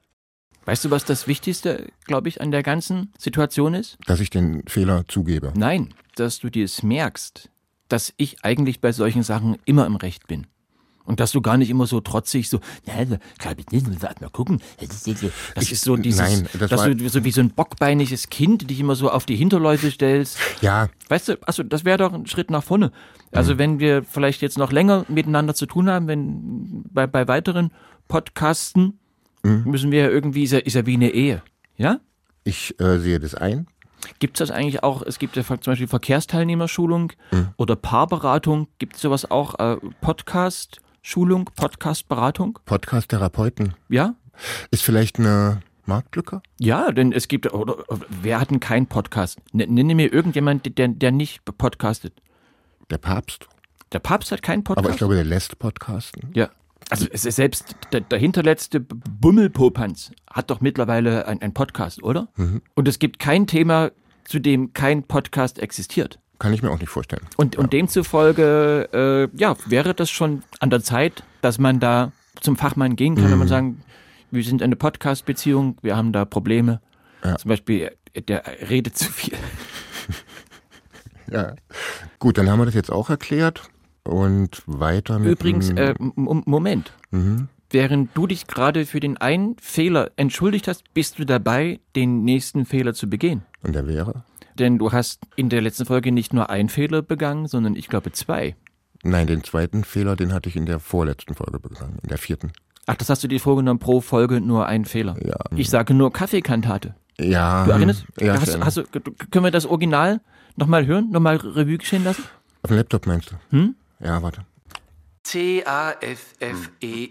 Speaker 5: Weißt du, was das Wichtigste, glaube ich, an der ganzen Situation ist?
Speaker 4: Dass ich den Fehler zugebe.
Speaker 5: Nein, dass du dir es merkst, dass ich eigentlich bei solchen Sachen immer im Recht bin. Und dass du gar nicht immer so trotzig so, nein, glaube ich nicht, warte mal gucken. Das ist so dieses,
Speaker 4: nein, das
Speaker 5: dass
Speaker 4: war-
Speaker 5: du so wie so ein bockbeiniges Kind dich immer so auf die Hinterläufe stellst.
Speaker 4: Ja,
Speaker 5: Weißt du, also das wäre doch ein Schritt nach vorne.
Speaker 4: Mhm.
Speaker 5: Also wenn wir vielleicht jetzt noch länger miteinander zu tun haben, wenn bei, bei weiteren Podcasten
Speaker 4: Mhm.
Speaker 5: müssen wir ja irgendwie, ist ja, ist ja wie eine Ehe. Ja?
Speaker 4: ich äh, sehe das ein.
Speaker 5: Gibt es das eigentlich auch, es gibt ja ver- zum Beispiel Verkehrsteilnehmerschulung
Speaker 4: Mhm.
Speaker 5: oder Paarberatung, gibt es sowas auch, äh, Podcast-Schulung, Podcast-Beratung,
Speaker 4: Podcast-Therapeuten.
Speaker 5: ja?
Speaker 4: Ist vielleicht eine Marktlücke?
Speaker 5: Ja, denn es gibt, oder, oder wer hat denn keinen Podcast? N nenne mir irgendjemand, der, der nicht podcastet.
Speaker 4: Der Papst.
Speaker 5: Der Papst hat keinen Podcast.
Speaker 4: Aber ich glaube, der lässt podcasten.
Speaker 5: Ja. Also es ist selbst der, der hinterletzte B- Bummelpopanz hat doch mittlerweile einen Podcast, oder? Und es gibt kein Thema, zu dem kein Podcast existiert.
Speaker 4: Kann ich mir auch nicht vorstellen.
Speaker 5: Und, und demzufolge, äh, ja, wäre das schon an der Zeit, dass man da zum Fachmann gehen kann, wenn man sagen, wir sind eine Podcast-Beziehung, wir haben da Probleme. Zum Beispiel, äh, der redet zu viel.
Speaker 4: Ja. Gut, dann haben wir das jetzt auch erklärt. Und weiter mit.
Speaker 5: Übrigens,
Speaker 4: dem-
Speaker 5: äh, M- M- Moment.
Speaker 4: Mhm.
Speaker 5: Während du dich gerade für den einen Fehler entschuldigt hast, bist du dabei, den nächsten Fehler zu begehen.
Speaker 4: und der wäre?
Speaker 5: Denn du hast in der letzten Folge nicht nur einen Fehler begangen, sondern ich glaube zwei.
Speaker 4: Nein, den zweiten Fehler, den hatte ich in der vorletzten Folge begangen, in der vierten.
Speaker 5: Ach, das hast du dir vorgenommen, pro Folge nur einen Fehler.
Speaker 4: Ja.
Speaker 5: Ich sage nur Kaffeekantate.
Speaker 4: Ja.
Speaker 5: Du erinnerst?
Speaker 4: Ja,
Speaker 5: hast, hast du, können wir das Original nochmal hören, nochmal Revue geschehen lassen?
Speaker 4: Auf dem Laptop meinst du? Hm? Ja, warte.
Speaker 5: C-A-F-F-E-E,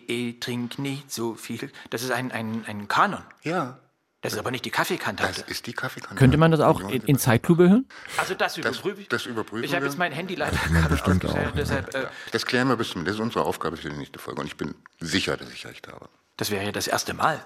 Speaker 5: E trink nicht so viel. Das ist ein, ein, ein Kanon.
Speaker 4: Ja,
Speaker 5: Das ist aber nicht die Kaffeekantate.
Speaker 4: ist die Kaffeekanne.
Speaker 5: Könnte man das auch in, in Zeitlupe hören? Also das
Speaker 12: überprüfe ich. das überprüfen
Speaker 5: Ich habe
Speaker 12: wir.
Speaker 5: jetzt mein Handy leider
Speaker 4: man bestimmt
Speaker 5: ausgestellt,
Speaker 4: auch,
Speaker 5: deshalb, äh,
Speaker 12: Das klären wir bis zum. Das ist unsere Aufgabe für die nächste Folge. Und ich bin sicher, dass ich recht habe.
Speaker 5: Das wäre ja das erste Mal.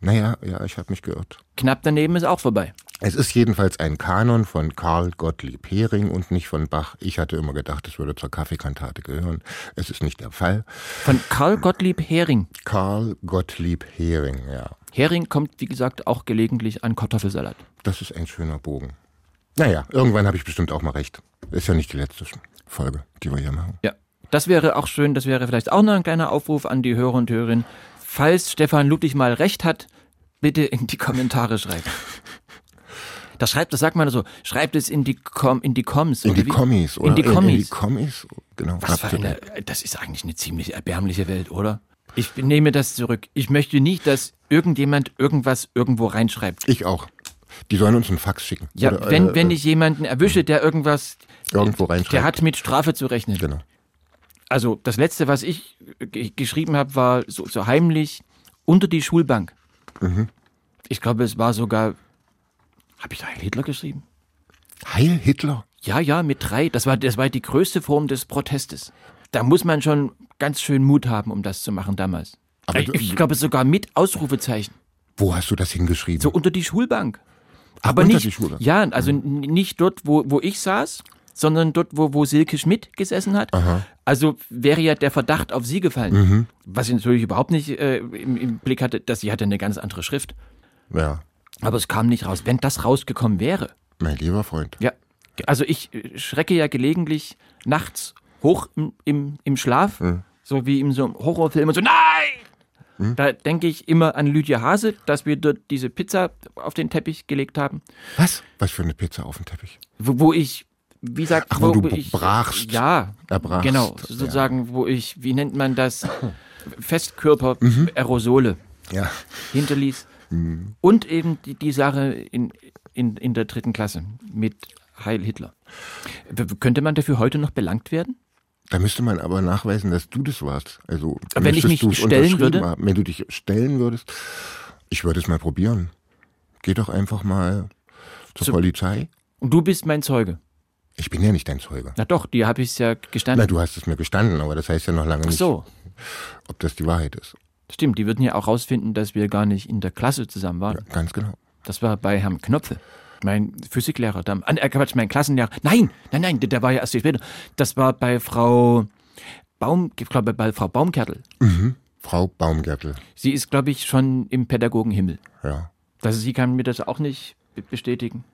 Speaker 4: Naja, ja, ich habe mich geirrt.
Speaker 5: Knapp daneben ist auch vorbei.
Speaker 4: Es ist jedenfalls ein Kanon von Karl Gottlieb Hering und nicht von Bach. Ich hatte immer gedacht, es würde zur Kaffeekantate gehören. Es ist nicht der Fall.
Speaker 5: Von Karl Gottlieb Hering.
Speaker 4: Karl Gottlieb Hering, ja.
Speaker 5: Hering kommt, wie gesagt, auch gelegentlich an Kartoffelsalat.
Speaker 4: Das ist ein schöner Bogen. Naja, irgendwann habe ich bestimmt auch mal recht. Ist ja nicht die letzte Folge, die wir hier machen.
Speaker 5: Ja. Das wäre auch schön, das wäre vielleicht auch noch ein kleiner Aufruf an die Hörer und Hörerinnen. Falls Stefan Ludwig mal recht hat, bitte in die Kommentare schreiben. Das schreibt, das sagt man so, schreibt es in die, Com, in die Coms.
Speaker 4: In
Speaker 5: oder
Speaker 4: die
Speaker 5: wie?
Speaker 4: Kommis, oder?
Speaker 5: In die Kommis.
Speaker 4: In die Kommis, genau.
Speaker 5: Was für eine,
Speaker 4: absolut.
Speaker 5: das ist eigentlich eine ziemlich erbärmliche Welt, oder? Ich nehme das zurück. Ich möchte nicht, dass irgendjemand irgendwas irgendwo reinschreibt.
Speaker 4: Ich auch. Die sollen uns einen Fax schicken.
Speaker 5: Ja,
Speaker 4: Oder,
Speaker 5: wenn,
Speaker 4: äh,
Speaker 5: wenn ich jemanden erwische, der irgendwas,
Speaker 4: Irgendwo
Speaker 5: der
Speaker 4: reinschreibt.
Speaker 5: hat mit Strafe zu rechnen.
Speaker 4: Genau.
Speaker 5: Also das letzte, was ich äh, ge- geschrieben habe, war so, so heimlich unter die Schulbank.
Speaker 4: Mhm.
Speaker 5: Ich glaube, es war sogar, habe ich da Heil Hitler geschrieben?
Speaker 4: Heil Hitler.
Speaker 5: Ja, ja, mit drei. Das war, das war die größte Form des Protestes. Da muss man schon ganz schön Mut haben, um das zu machen damals.
Speaker 4: Aber
Speaker 5: ich
Speaker 4: du-
Speaker 5: ich glaube sogar mit Ausrufezeichen.
Speaker 4: Wo hast du das hingeschrieben?
Speaker 5: So unter die Schulbank.
Speaker 4: Ach,
Speaker 5: Aber
Speaker 4: unter
Speaker 5: nicht,
Speaker 4: die Mhm. Schule.
Speaker 5: ja, also n- nicht dort, wo, wo ich saß, sondern dort, wo, wo Silke Schmidt gesessen hat. Also wäre ja der Verdacht auf sie gefallen.
Speaker 4: Mhm.
Speaker 5: Was ich natürlich überhaupt nicht äh, im, im Blick hatte, dass sie hatte eine ganz andere Schrift.
Speaker 4: Ja,
Speaker 5: Aber es kam nicht raus. Wenn das rausgekommen wäre,
Speaker 4: mein lieber Freund.
Speaker 5: ja. Also ich äh, schrecke ja gelegentlich nachts hoch im, im, im Schlaf,
Speaker 4: Hm.
Speaker 5: so wie in so einem Horrorfilm und so, nein! Da denke ich immer an Lydia Hase, dass wir dort diese Pizza auf den Teppich gelegt haben.
Speaker 4: Was? Was für eine Pizza auf dem Teppich?
Speaker 5: wo, wo ich, wie sagt,
Speaker 4: Ach, wo du
Speaker 5: ich,
Speaker 4: brachst.
Speaker 5: Ja,
Speaker 4: Erbrachst.
Speaker 5: genau,
Speaker 4: Ja. Hm.
Speaker 5: sozusagen, wo ich, wie nennt man das, Festkörper-Aerosole
Speaker 4: Mhm. Ja.
Speaker 5: hinterließ.
Speaker 4: Mhm.
Speaker 5: Und eben die, die Sache in, in, in der dritten Klasse mit Heil Hitler. W- Könnte man dafür heute noch belangt werden?
Speaker 4: Da müsste man aber nachweisen, dass du das warst. Also
Speaker 5: Aber wenn ich
Speaker 4: müsstest
Speaker 5: mich
Speaker 4: du's
Speaker 5: stellen
Speaker 4: unterschrieben
Speaker 5: würde?
Speaker 4: haben. wenn du dich stellen würdest, ich würde es mal probieren. Geh doch einfach mal zur
Speaker 5: Zu-
Speaker 4: Polizei.
Speaker 5: Und du bist mein Zeuge.
Speaker 4: Ich bin ja nicht dein Zeuge.
Speaker 5: Na doch, dir habe ich es ja
Speaker 4: Na,
Speaker 5: gestanden.
Speaker 4: du hast es mir gestanden, aber das heißt ja noch lange
Speaker 5: Ach
Speaker 4: nicht,
Speaker 5: so.
Speaker 4: ob das die Wahrheit ist.
Speaker 5: Stimmt, die würden ja auch rausfinden, dass wir gar nicht in der Klasse zusammen waren.
Speaker 4: Ja, ganz genau.
Speaker 5: Das war bei Herrn Knopfe, mein Physiklehrer. Da, äh, Quatsch, mein Klassenlehrer. Nein, nein, nein, der, der war ja erst viel später. Das war bei Frau Baum, ich glaube, bei Frau Baumgärtel.
Speaker 4: Mhm. Frau Baumgärtel.
Speaker 5: Sie ist, glaube ich, schon im Pädagogenhimmel.
Speaker 4: Ja.
Speaker 5: Also sie kann mir das auch nicht be- bestätigen.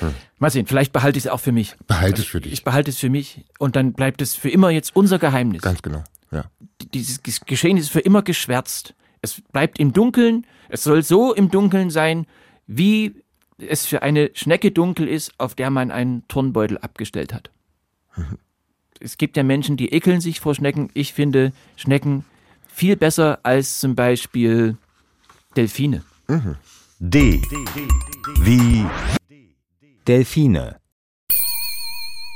Speaker 5: Hm. Mal sehen, vielleicht behalte ich es auch für mich.
Speaker 4: Behalte es für dich.
Speaker 5: Also Ich behalte es für mich und dann bleibt es für immer jetzt unser Geheimnis.
Speaker 4: Ganz genau, ja.
Speaker 5: D- Dieses Ges- Geschehen ist für immer geschwärzt. Es bleibt im Dunkeln, es soll so im Dunkeln sein, wie es für eine Schnecke dunkel ist, auf der man einen Turnbeutel abgestellt hat. es gibt ja Menschen, die ekeln sich vor Schnecken. Ich finde Schnecken viel besser als zum Beispiel Delfine.
Speaker 3: D wie
Speaker 6: Delfine.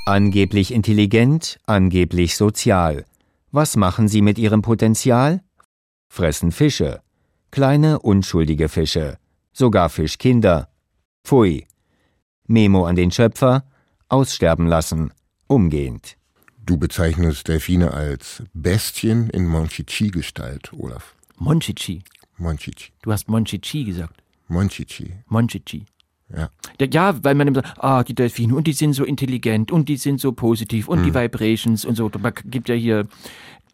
Speaker 6: Angeblich intelligent, angeblich sozial. Was machen sie mit ihrem Potenzial? Fressen Fische. Kleine, unschuldige Fische. Sogar Fischkinder. Pfui. Memo an den Schöpfer. Aussterben lassen. Umgehend.
Speaker 4: Du bezeichnest Delfine als Bestien in Monchichi-Gestalt, Olaf.
Speaker 5: Monchichi.
Speaker 4: Monchichi.
Speaker 5: Du hast Monchichi gesagt.
Speaker 4: Monchichi.
Speaker 5: Monchichi.
Speaker 4: Ja.
Speaker 5: Ja, Ja, weil man immer sagt, ah, die Delfine und die sind so intelligent und die sind so positiv und die
Speaker 4: Mhm.
Speaker 5: Vibrations und so. Man gibt ja hier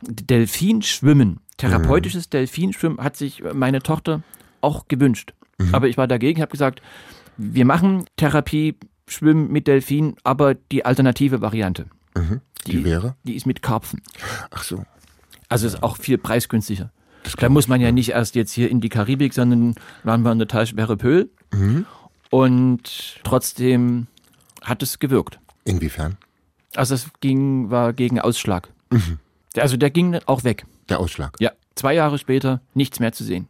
Speaker 5: Delfinschwimmen. Therapeutisches
Speaker 4: Mhm.
Speaker 5: Delfinschwimmen hat sich meine Tochter auch gewünscht.
Speaker 4: Mhm.
Speaker 5: Aber ich war dagegen, habe gesagt, wir machen Therapie, Schwimmen mit Delfinen, aber die alternative Variante,
Speaker 4: Mhm. Die,
Speaker 5: Die-
Speaker 4: wäre?
Speaker 5: die ist mit Karpfen.
Speaker 4: Ach so.
Speaker 5: Also ist auch viel preisgünstiger. Da
Speaker 4: glaub
Speaker 5: muss man ja nicht erst jetzt hier in die Karibik, sondern waren wir in der Talsperre Pöhl. Mhm. Und trotzdem hat es gewirkt.
Speaker 4: Inwiefern?
Speaker 5: Also es ging, war gegen Ausschlag. Also der ging auch weg.
Speaker 4: Der Ausschlag.
Speaker 5: Ja, zwei Jahre später nichts mehr zu sehen.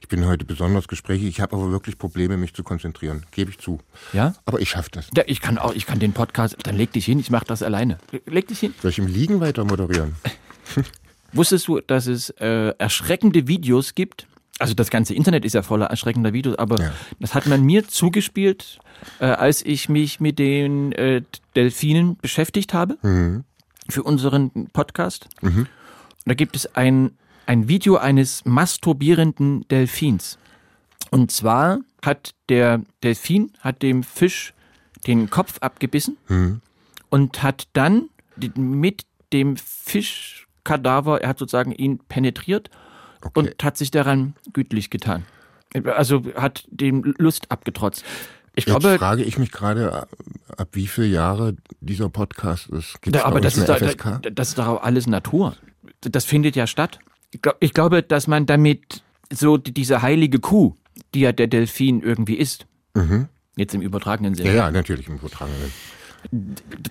Speaker 4: Ich bin heute besonders gesprächig. Ich habe aber wirklich Probleme, mich zu konzentrieren. Gebe ich zu.
Speaker 5: Ja?
Speaker 4: Aber ich schaffe das.
Speaker 5: Ja, Ich kann auch, ich kann den Podcast, dann leg dich hin, ich mache das alleine. Leg dich hin.
Speaker 4: Soll ich im Liegen weiter moderieren?
Speaker 5: Wusstest du, dass es äh, erschreckende Videos gibt? Also das ganze Internet ist ja voller erschreckender Videos, aber
Speaker 4: Ja.
Speaker 5: das hat man mir zugespielt, äh, als ich mich mit den äh, Delfinen beschäftigt habe für unseren Podcast.
Speaker 4: Mhm.
Speaker 5: Da gibt es ein, ein Video eines masturbierenden Delfins. Und zwar hat der Delfin hat dem Fisch den Kopf abgebissen
Speaker 4: Mhm.
Speaker 5: und hat dann die- mit dem Fischkadaver, er hat sozusagen ihn penetriert und hat sich daran gütlich getan. Also hat dem Lust abgetrotzt. Ich
Speaker 4: Jetzt
Speaker 5: glaube,
Speaker 4: frage ich mich gerade, ab- ab wie viele Jahre dieser Podcast ist. Gibt's
Speaker 5: da, aber das
Speaker 4: ist
Speaker 5: ist, da,
Speaker 4: FSK?
Speaker 5: da, das ist doch alles Natur. Das findet ja statt. Ich, glaub, ich glaube, dass man damit so die- diese heilige Kuh, die ja der Delfin irgendwie ist,
Speaker 4: mhm.
Speaker 5: jetzt im übertragenen Sinne,
Speaker 4: Ja, ja, natürlich im Vortragenden.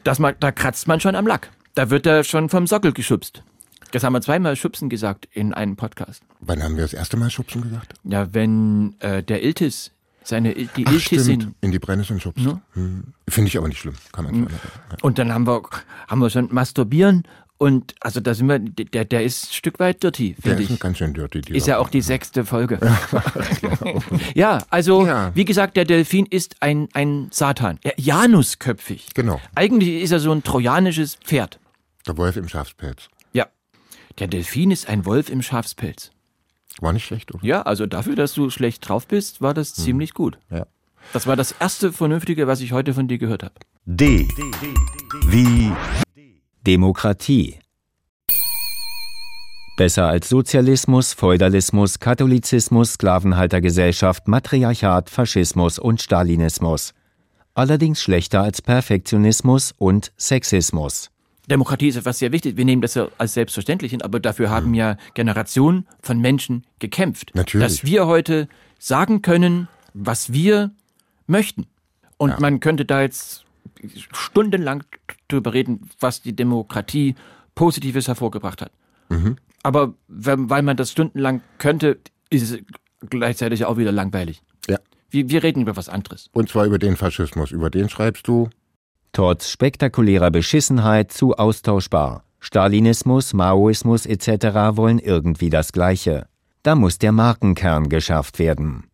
Speaker 5: dass man, da kratzt man schon am Lack. Da wird er schon vom Sockel geschubst. Das haben wir zweimal Schubsen gesagt in einem Podcast.
Speaker 4: Wann haben wir das erste Mal Schubsen gesagt?
Speaker 5: Ja, wenn äh, der Iltis seine Il die
Speaker 4: Ach,
Speaker 5: Iltisin
Speaker 4: stimmt. In die Brennnessel schubst. Hm. Finde ich aber nicht schlimm. Kann
Speaker 5: Hm.
Speaker 4: man nicht anders.
Speaker 5: und dann haben wir haben wir schon masturbieren und also da sind wir der der ist ein Stück weit dirty,
Speaker 4: Der
Speaker 5: finde
Speaker 4: ist ein
Speaker 5: ich.
Speaker 4: ganz schön dirty. dieser
Speaker 5: Ist ja auch die sechste Folge. ja, also
Speaker 4: Genau. Ja.
Speaker 5: wie gesagt, der Delfin ist ein ein Satan, ja, Janusköpfig.
Speaker 4: Genau.
Speaker 5: Eigentlich ist er so ein trojanisches Pferd.
Speaker 4: Der Wolf im Schafspelz.
Speaker 5: Ja. Der Delfin ist ein Wolf im Schafspelz.
Speaker 4: War nicht schlecht, oder?
Speaker 5: Ja, also dafür, dass du schlecht drauf bist, war das ziemlich gut.
Speaker 4: Hm. Ja.
Speaker 5: Das war das erste Vernünftige, was ich heute von dir gehört habe.
Speaker 3: D wie
Speaker 6: Demokratie. Besser als Sozialismus, Feudalismus, Katholizismus, Sklavenhaltergesellschaft, Matriarchat, Faschismus und Stalinismus. Allerdings schlechter als Perfektionismus und Sexismus.
Speaker 5: Demokratie ist etwas sehr wichtig. Wir nehmen das ja als selbstverständlich hin, aber dafür haben ja Generationen von Menschen gekämpft.
Speaker 4: Natürlich.
Speaker 5: Dass wir heute sagen können, was wir möchten. Und man könnte da jetzt stundenlang drüber reden, was die Demokratie Positives hervorgebracht hat.
Speaker 4: Mhm.
Speaker 5: Aber wenn- weil man das stundenlang könnte, ist es gleichzeitig auch wieder langweilig.
Speaker 4: Ja.
Speaker 5: Wir, wir reden über was anderes.
Speaker 4: Und zwar über den Faschismus. Über den schreibst du.
Speaker 6: Trotz spektakulärer Beschissenheit zu austauschbar. Stalinismus, Maoismus etc. wollen irgendwie das Gleiche. Da muss der Markenkern geschafft werden.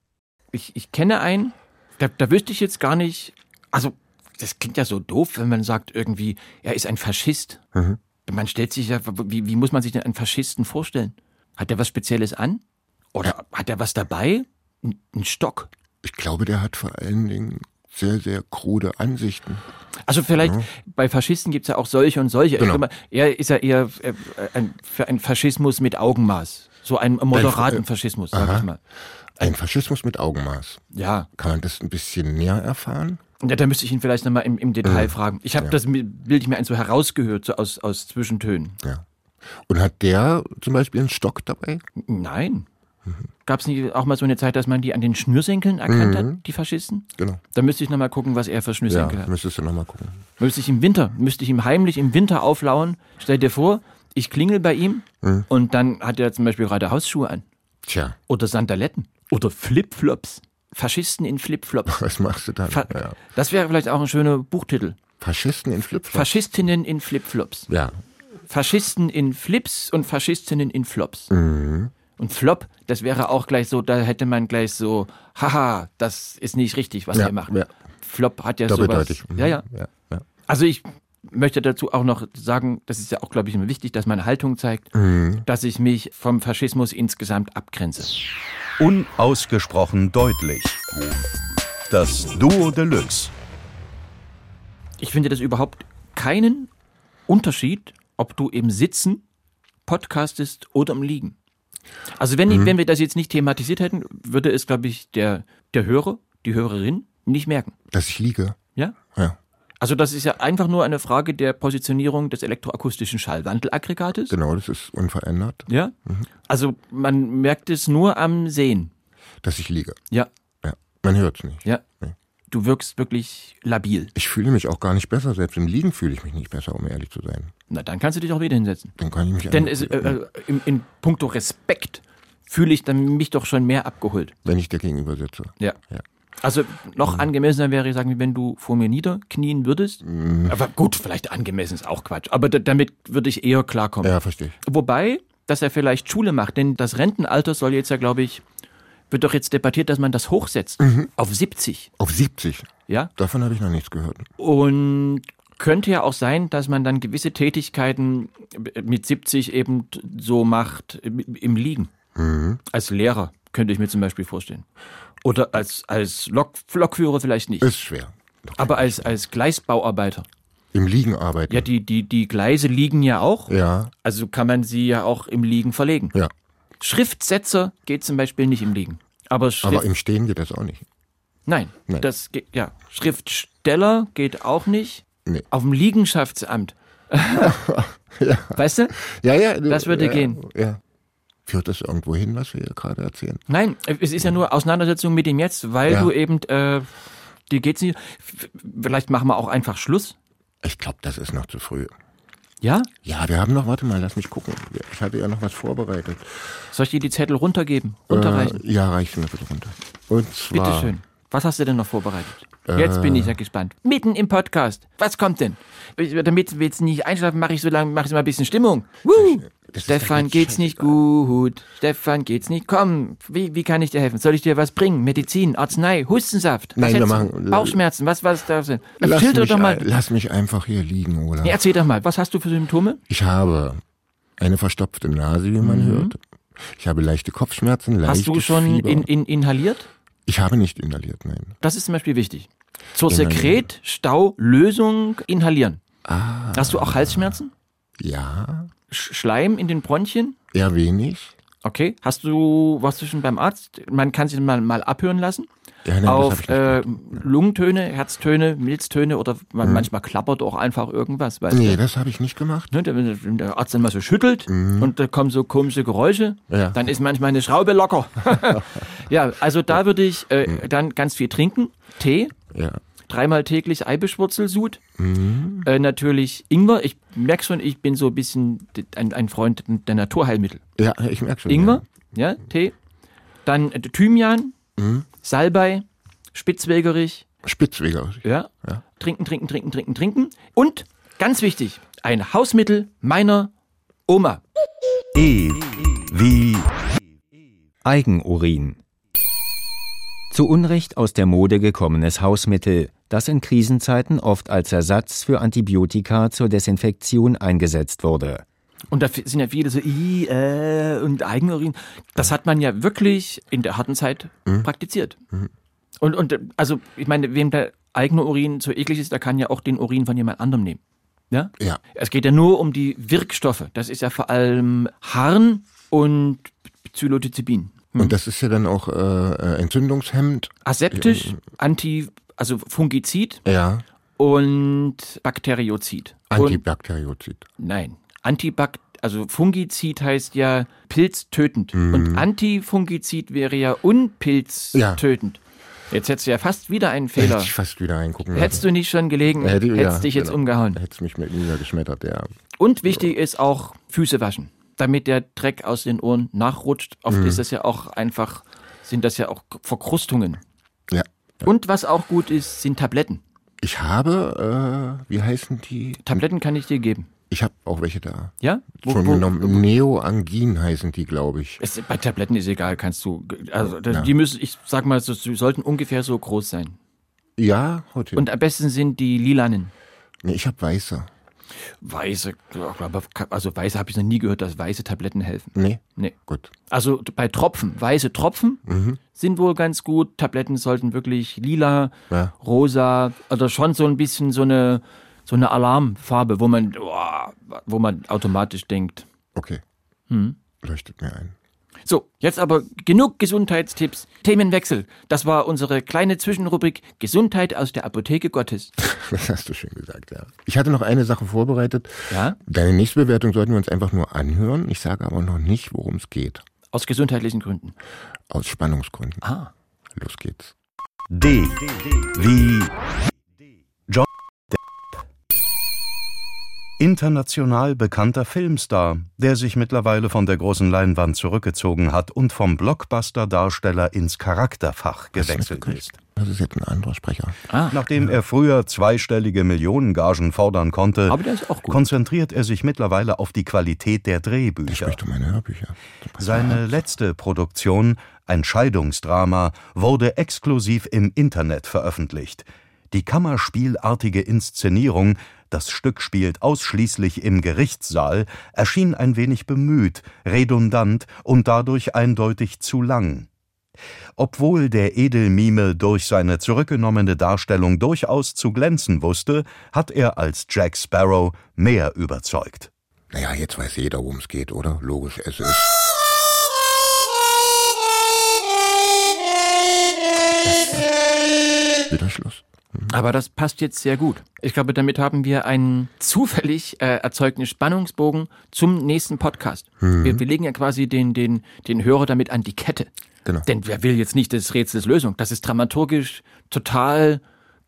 Speaker 5: ich, ich kenne einen, da, da wüsste ich jetzt gar nicht, also das klingt ja so doof, wenn man sagt irgendwie,
Speaker 4: Mhm.
Speaker 5: er ist ein Faschist. Man stellt sich ja, wie, wie muss man sich denn einen Faschisten vorstellen? Hat er was Spezielles an? Oder hat er was dabei? N- Ein Stock?
Speaker 4: Ich glaube, der hat vor allen Dingen sehr, sehr krude Ansichten.
Speaker 5: Also vielleicht,
Speaker 4: Ja.
Speaker 5: bei Faschisten gibt's ja auch solche und solche.
Speaker 4: Mhm. Genau.
Speaker 5: Ich glaube, er ist ja eher äh, ein, für einen Faschismus mit Augenmaß. So einen moderaten
Speaker 4: Ein- äh,
Speaker 5: Faschismus, sag
Speaker 4: aha.
Speaker 5: ich mal.
Speaker 4: Ein Faschismus mit Augenmaß.
Speaker 5: Ja.
Speaker 4: Kann man das ein bisschen näher erfahren?
Speaker 5: Ja, da müsste ich ihn vielleicht nochmal im, im Detail
Speaker 4: Mhm.
Speaker 5: fragen. Ich habe
Speaker 4: Ja.
Speaker 5: das mi- Bild ich mir ein so herausgehört, so aus, aus Zwischentönen.
Speaker 4: Ja. Und hat der zum Beispiel einen Stock dabei?
Speaker 5: Nein.
Speaker 4: Mhm.
Speaker 5: Gab's nicht auch mal so eine Zeit, dass man die an den Schnürsenkeln erkannt
Speaker 4: Mhm.
Speaker 5: hat, die Faschisten?
Speaker 4: Genau.
Speaker 5: Da müsste ich nochmal gucken, was er für
Speaker 4: Ja,
Speaker 5: Schnürsenkel hat.
Speaker 4: müsstest du nochmal gucken.
Speaker 5: Müsste ich im Winter, müsste ich ihm heimlich im Winter auflauern. Stell dir vor, ich klingel bei ihm
Speaker 4: Mhm.
Speaker 5: und dann hat er zum Beispiel gerade Hausschuhe an.
Speaker 4: Tja,
Speaker 5: Oder Sandaletten. Oder Flipflops. Faschisten in Flipflops.
Speaker 4: was machst du dann?
Speaker 5: Fa
Speaker 4: ja.
Speaker 5: Das wäre vielleicht auch ein schöner Buchtitel.
Speaker 4: Faschisten in Flipflops.
Speaker 5: Faschistinnen in Flipflops.
Speaker 4: ja.
Speaker 5: Faschisten in Flips und Faschistinnen in Flops.
Speaker 4: Mhm.
Speaker 5: Und Flop, das wäre auch gleich so, da hätte man gleich so, haha, das ist nicht richtig, was
Speaker 4: Ja,
Speaker 5: ihr macht.
Speaker 4: ja.
Speaker 5: Flop hat ja
Speaker 4: Doppeldeutig. Mhm.
Speaker 5: sowas. Ja, ja.
Speaker 4: ja, ja.
Speaker 5: Also ich möchte dazu auch noch sagen, das ist ja auch, glaube ich, immer wichtig, dass man Haltung zeigt,
Speaker 4: Mhm.
Speaker 5: dass ich mich vom Faschismus insgesamt abgrenze.
Speaker 11: Unausgesprochen deutlich. Das Duo Deluxe.
Speaker 5: Ich finde das überhaupt keinen Unterschied, ob du im Sitzen podcastest oder im Liegen. Also wenn, wenn wir das jetzt nicht thematisiert hätten, würde es, glaube ich, der, der Hörer, die Hörerin nicht merken.
Speaker 4: Dass ich liege.
Speaker 5: Ja?
Speaker 4: Ja,
Speaker 5: Also das ist ja einfach nur eine Frage der Positionierung des elektroakustischen Schallwandelaggregates.
Speaker 4: genau, das ist unverändert.
Speaker 5: Ja? Also man merkt es nur am Sehen.
Speaker 4: Dass ich liege.
Speaker 5: Ja,
Speaker 4: Ja. Man hört es nicht.
Speaker 5: ja. Du wirkst wirklich labil.
Speaker 4: Ich fühle mich auch gar nicht besser. Selbst im Liegen fühle ich mich nicht besser, um ehrlich zu sein.
Speaker 5: Na, dann kannst du dich auch wieder hinsetzen.
Speaker 4: Dann kann ich mich
Speaker 5: Denn
Speaker 4: einfach-
Speaker 5: es, äh, äh, in, in puncto Respekt fühle ich dann mich doch schon mehr abgeholt.
Speaker 4: wenn ich dir gegenüber sitze.
Speaker 5: Ja.
Speaker 4: Ja.
Speaker 5: Also noch angemessener wäre, sagen wir, wenn du vor mir niederknien würdest.
Speaker 4: Hm.
Speaker 5: Aber gut, vielleicht angemessen ist auch Quatsch. Aber da, damit würde ich eher klarkommen.
Speaker 4: Ja, verstehe ich.
Speaker 5: Wobei, dass er vielleicht Schule macht, denn das Rentenalter soll jetzt ja, glaube ich, wird doch jetzt debattiert, dass man das hochsetzt
Speaker 4: Mhm.
Speaker 5: auf 70,
Speaker 4: Auf 70.
Speaker 5: ja?
Speaker 4: Davon habe ich noch nichts gehört.
Speaker 5: Und könnte ja auch sein, dass man dann gewisse Tätigkeiten mit 70 eben so macht äh, im Liegen.
Speaker 4: Mhm.
Speaker 5: Als Lehrer könnte ich mir zum Beispiel vorstellen. Oder als, als Lok Lokführer vielleicht nicht.
Speaker 4: Ist schwer.
Speaker 5: aber als, als Gleisbauarbeiter.
Speaker 4: Im Liegen arbeiten.
Speaker 5: Ja, die, die, die Gleise liegen ja auch.
Speaker 4: ja,
Speaker 5: Also kann man sie ja auch im Liegen verlegen.
Speaker 4: ja.
Speaker 5: Schriftsetzer geht zum Beispiel nicht im Liegen. Aber, Schrift,
Speaker 4: Aber im Stehen geht das auch nicht.
Speaker 5: nein,
Speaker 4: Nein.
Speaker 5: das geht, ja. Schriftsteller geht auch nicht.
Speaker 4: Nee.
Speaker 5: Auf dem Liegenschaftsamt. Weißt du?
Speaker 4: Ja, ja.
Speaker 5: Das würde
Speaker 4: ja,
Speaker 5: gehen.
Speaker 4: Ja. Führt das irgendwo hin, was wir hier gerade erzählen?
Speaker 5: Nein, es ist ja nur Auseinandersetzung mit dem Jetzt, weil
Speaker 4: Ja.
Speaker 5: du eben, äh, dir geht's nicht. F- Vielleicht machen wir auch einfach Schluss.
Speaker 4: Ich glaube, das ist noch zu früh.
Speaker 5: Ja?
Speaker 4: Ja, wir haben noch, warte mal, lass mich gucken. Ich hatte ja noch was vorbereitet.
Speaker 5: Soll ich dir die Zettel runtergeben? Runterreichen?
Speaker 4: Äh, ja, reichen wir bitte runter. Und zwar.
Speaker 5: Bitteschön. Was hast du denn noch vorbereitet? Jetzt bin
Speaker 4: Äh.
Speaker 5: ich ja gespannt. Mitten im Podcast. Was kommt denn? Ich- Damit wir jetzt nicht einschlafen, mache ich so lange, mache ich mal ein bisschen Stimmung. Woo!
Speaker 4: Das ist doch
Speaker 5: Stefan
Speaker 4: jetzt
Speaker 5: geht's nicht gut. Stefan geht's nicht. Komm, wie, wie kann ich dir helfen? Soll ich dir was bringen? Medizin, Arznei, Hustensaft? Was
Speaker 4: Nein, wir
Speaker 5: hättest du?
Speaker 4: machen-
Speaker 5: Bauchschmerzen, was was da sind?
Speaker 4: Lass
Speaker 5: Erzähl doch
Speaker 4: mich,
Speaker 5: doch mal.
Speaker 4: ein- lass mich einfach hier liegen, Ola.
Speaker 5: Nee, erzähl doch mal, was hast du für Symptome?
Speaker 4: Ich habe eine verstopfte Nase, wie man hört. Ich habe leichte Kopfschmerzen, leichte
Speaker 5: Mhm. Hast du schon
Speaker 4: Fieber.
Speaker 5: in, in, inhaliert?
Speaker 4: ich habe nicht inhaliert, nein.
Speaker 5: Das ist zum Beispiel wichtig. Zur
Speaker 4: Inhalieren.
Speaker 5: Sekretstaulösung inhalieren.
Speaker 4: Ah.
Speaker 5: Hast du auch Halsschmerzen?
Speaker 4: Ja,
Speaker 5: Sch- Schleim in den Bronchien?
Speaker 4: eher wenig.
Speaker 5: Okay. Hast du, warst du schon beim Arzt? Man kann sich mal, mal abhören lassen.
Speaker 4: Ja, nein, das hab ich
Speaker 5: auf
Speaker 4: nicht
Speaker 5: äh, Lungentöne, Herztöne, Milztöne oder
Speaker 4: Mhm.
Speaker 5: man, manchmal klappert auch einfach irgendwas, weißt
Speaker 4: Nee,
Speaker 5: du?
Speaker 4: das habe ich nicht gemacht.
Speaker 5: Ne, der- wenn der Arzt dann mal so schüttelt und da kommen so komische Geräusche,
Speaker 4: Mhm. Ja.
Speaker 5: dann ist manchmal eine Schraube locker. ja, also da würde ich äh,
Speaker 4: Mhm.
Speaker 5: dann ganz viel trinken. Tee,
Speaker 4: Ja.
Speaker 5: dreimal täglich Eibeschwurzelsud.
Speaker 4: Mhm.
Speaker 5: Äh, natürlich Ingwer. Ich merke schon, ich bin so ein bisschen ein, ein Freund der Naturheilmittel.
Speaker 4: Ja, ich merke schon.
Speaker 5: Ingwer, ja, Mhm. Tee. Dann äh, Thymian, Salbei, Spitzwegerich,
Speaker 4: Ja. Spitzweger.
Speaker 5: ja. Trinken, trinken, trinken, trinken, trinken. Und ganz wichtig, ein Hausmittel meiner Oma.
Speaker 3: E wie
Speaker 6: Eigenurin. Zu Unrecht aus der Mode gekommenes Hausmittel, das in Krisenzeiten oft als Ersatz für Antibiotika zur Desinfektion eingesetzt wurde.
Speaker 5: Und da sind ja viele so, "Ih, äh, und Eigenurin. Das hat man ja wirklich in der harten Zeit
Speaker 4: Mhm.
Speaker 5: praktiziert.
Speaker 4: Mhm.
Speaker 5: Und, und äh, also, ich meine, wem der eigene Urin so eklig ist, der kann ja auch den Urin von jemand anderem nehmen. Ja?
Speaker 4: Ja.
Speaker 5: Es geht ja nur um die Wirkstoffe. Das ist ja vor allem Harn und Psilotizibin.
Speaker 4: Und das ist ja dann auch äh, entzündungshemmend.
Speaker 5: Aseptisch, anti, also Fungizid
Speaker 4: Ja.
Speaker 5: und Bakteriozid. Und,
Speaker 4: Antibakteriozid.
Speaker 5: nein, Antibak also Fungizid heißt ja pilztötend.
Speaker 4: Mhm.
Speaker 5: Und Antifungizid wäre ja unpilztötend. Jetzt hättest du ja fast wieder einen
Speaker 4: Hätte
Speaker 5: Fehler.
Speaker 4: ich fast wieder reingucken
Speaker 5: Hättest du nicht schon gelegen,
Speaker 4: Hätte- ja,
Speaker 5: hättest dich jetzt
Speaker 4: genau.
Speaker 5: umgehauen.
Speaker 4: Hättest mich mit niedergeschmettert, ja.
Speaker 5: Und wichtig ist auch Füße waschen, damit der Dreck aus den Ohren nachrutscht. Oft
Speaker 4: Mhm.
Speaker 5: ist das ja auch einfach, sind das ja auch Verkrustungen.
Speaker 4: Ja.
Speaker 5: Und was auch gut ist, sind Tabletten.
Speaker 4: Ich habe, äh, wie heißen die?
Speaker 5: Tabletten kann ich dir geben.
Speaker 4: Ich habe auch welche da.
Speaker 5: Ja? Wo-
Speaker 4: Schon
Speaker 5: wo-
Speaker 4: genommen. Neoangin heißen die, glaube ich.
Speaker 5: Es, bei Tabletten ist egal, kannst du. Also das-
Speaker 4: Ja.
Speaker 5: die müssen, ich sag mal, so, sie sollten ungefähr so groß sein.
Speaker 4: Ja, heute.
Speaker 5: Und am besten sind die lilanen.
Speaker 4: nee, ich habe weiße.
Speaker 5: Weiße, aber- also weiße habe ich noch nie gehört, dass weiße Tabletten helfen.
Speaker 4: Nee.
Speaker 5: Nee.
Speaker 4: Gut.
Speaker 5: Also bei Tropfen, weiße Tropfen
Speaker 4: Mhm.
Speaker 5: sind wohl ganz gut. Tabletten sollten wirklich lila,
Speaker 4: Ja.
Speaker 5: rosa, also schon so ein bisschen so eine, so eine Alarmfarbe, wo man, boah, wo man automatisch denkt.
Speaker 4: Okay.
Speaker 5: Hm.
Speaker 4: Leuchtet mir ein.
Speaker 5: So, jetzt aber genug Gesundheitstipps. Themenwechsel. Das war unsere kleine Zwischenrubrik Gesundheit aus der Apotheke Gottes.
Speaker 4: Das hast du schön gesagt, ja. Ich hatte noch eine Sache vorbereitet.
Speaker 5: Ja?
Speaker 4: Deine nächste Bewertung sollten wir uns einfach nur anhören. Ich sage aber noch nicht, worum es geht.
Speaker 5: Aus gesundheitlichen Gründen.
Speaker 4: Aus Spannungsgründen.
Speaker 5: Ah.
Speaker 4: Los geht's.
Speaker 11: D wie John Depp. International bekannter Filmstar, der sich mittlerweile von der großen Leinwand zurückgezogen hat und vom Blockbuster-Darsteller ins Charakterfach gewechselt ist.
Speaker 4: Das ist jetzt ein anderer Sprecher.
Speaker 11: Nachdem er früher zweistellige Millionengagen fordern konnte,
Speaker 5: Aber der ist auch gut.
Speaker 11: konzentriert er sich mittlerweile auf die Qualität der
Speaker 4: Der
Speaker 11: Drehbücher.
Speaker 4: spricht um meine Hörbücher.
Speaker 11: Seine letzte Produktion, ein Scheidungsdrama, wurde exklusiv im Internet veröffentlicht. Die kammerspielartige Inszenierung, das Stück spielt ausschließlich im Gerichtssaal, erschien ein wenig bemüht, redundant und dadurch eindeutig zu lang. Obwohl der Edelmime durch seine zurückgenommene Darstellung durchaus zu glänzen wusste, hat er als Jack Sparrow mehr überzeugt.
Speaker 4: Naja, jetzt weiß jeder, worum es geht, oder? Logisch, es ist. Wieder Schluss.
Speaker 5: Aber das passt jetzt sehr gut. Ich glaube, damit haben wir einen zufällig äh, erzeugten Spannungsbogen zum nächsten Podcast.
Speaker 4: Mhm.
Speaker 5: Wir, wir legen ja quasi den, den, den Hörer damit an die Kette.
Speaker 4: Genau.
Speaker 5: Denn wer will jetzt nicht des Rätsels Lösung? Das ist dramaturgisch total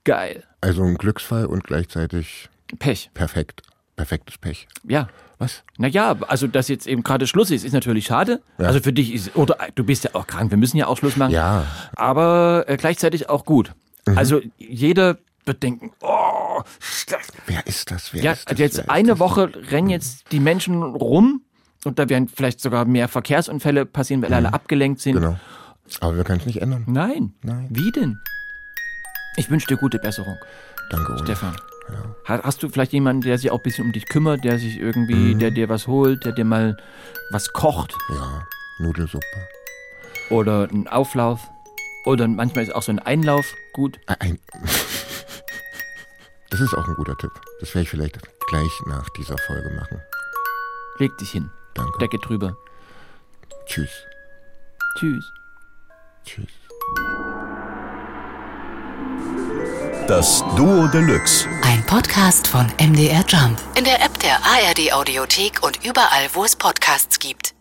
Speaker 5: geil.
Speaker 4: Also ein Glücksfall und gleichzeitig
Speaker 5: Pech.
Speaker 4: perfekt. Perfektes Pech.
Speaker 5: Ja.
Speaker 4: Was?
Speaker 5: Naja, also dass jetzt eben gerade Schluss ist, ist natürlich schade.
Speaker 4: Ja.
Speaker 5: Also für dich ist, oder äh, du bist ja auch krank, wir müssen ja auch Schluss machen.
Speaker 4: Ja. Mhm.
Speaker 5: Aber äh, gleichzeitig auch gut. Also jeder wird denken, oh, das,
Speaker 4: Wer ist das? Wer
Speaker 5: Ja, also
Speaker 4: ist das? Wer
Speaker 5: jetzt
Speaker 4: ist
Speaker 5: eine
Speaker 4: das?
Speaker 5: Woche rennen jetzt die Menschen rum und da werden vielleicht sogar mehr Verkehrsunfälle passieren, weil alle abgelenkt sind.
Speaker 4: Mhm. Genau. Aber wir können es nicht ändern.
Speaker 5: Nein.
Speaker 4: Nein.
Speaker 5: Wie denn? Ich wünsche dir gute Besserung,
Speaker 4: Danke, Olaf.
Speaker 5: Stefan. Ha- Hast du vielleicht jemanden, der sich auch ein bisschen um dich kümmert, der sich irgendwie,
Speaker 4: Mhm.
Speaker 5: der dir was holt, der dir mal was kocht
Speaker 4: Ja, Nudelsuppe.
Speaker 5: oder einen Auflauf oder manchmal ist auch so ein Einlauf gut?
Speaker 4: Ä- Ein das ist auch ein guter Tipp. Das werde ich vielleicht gleich nach dieser Folge machen.
Speaker 5: Leg dich hin,
Speaker 4: Danke.
Speaker 5: Decke drüber.
Speaker 4: Tschüss.
Speaker 5: Tschüss.
Speaker 4: Tschüss.
Speaker 11: Das Duo Deluxe.
Speaker 1: Ein Podcast von MDR Jump. In der App der ARD Audiothek und überall, wo es Podcasts gibt.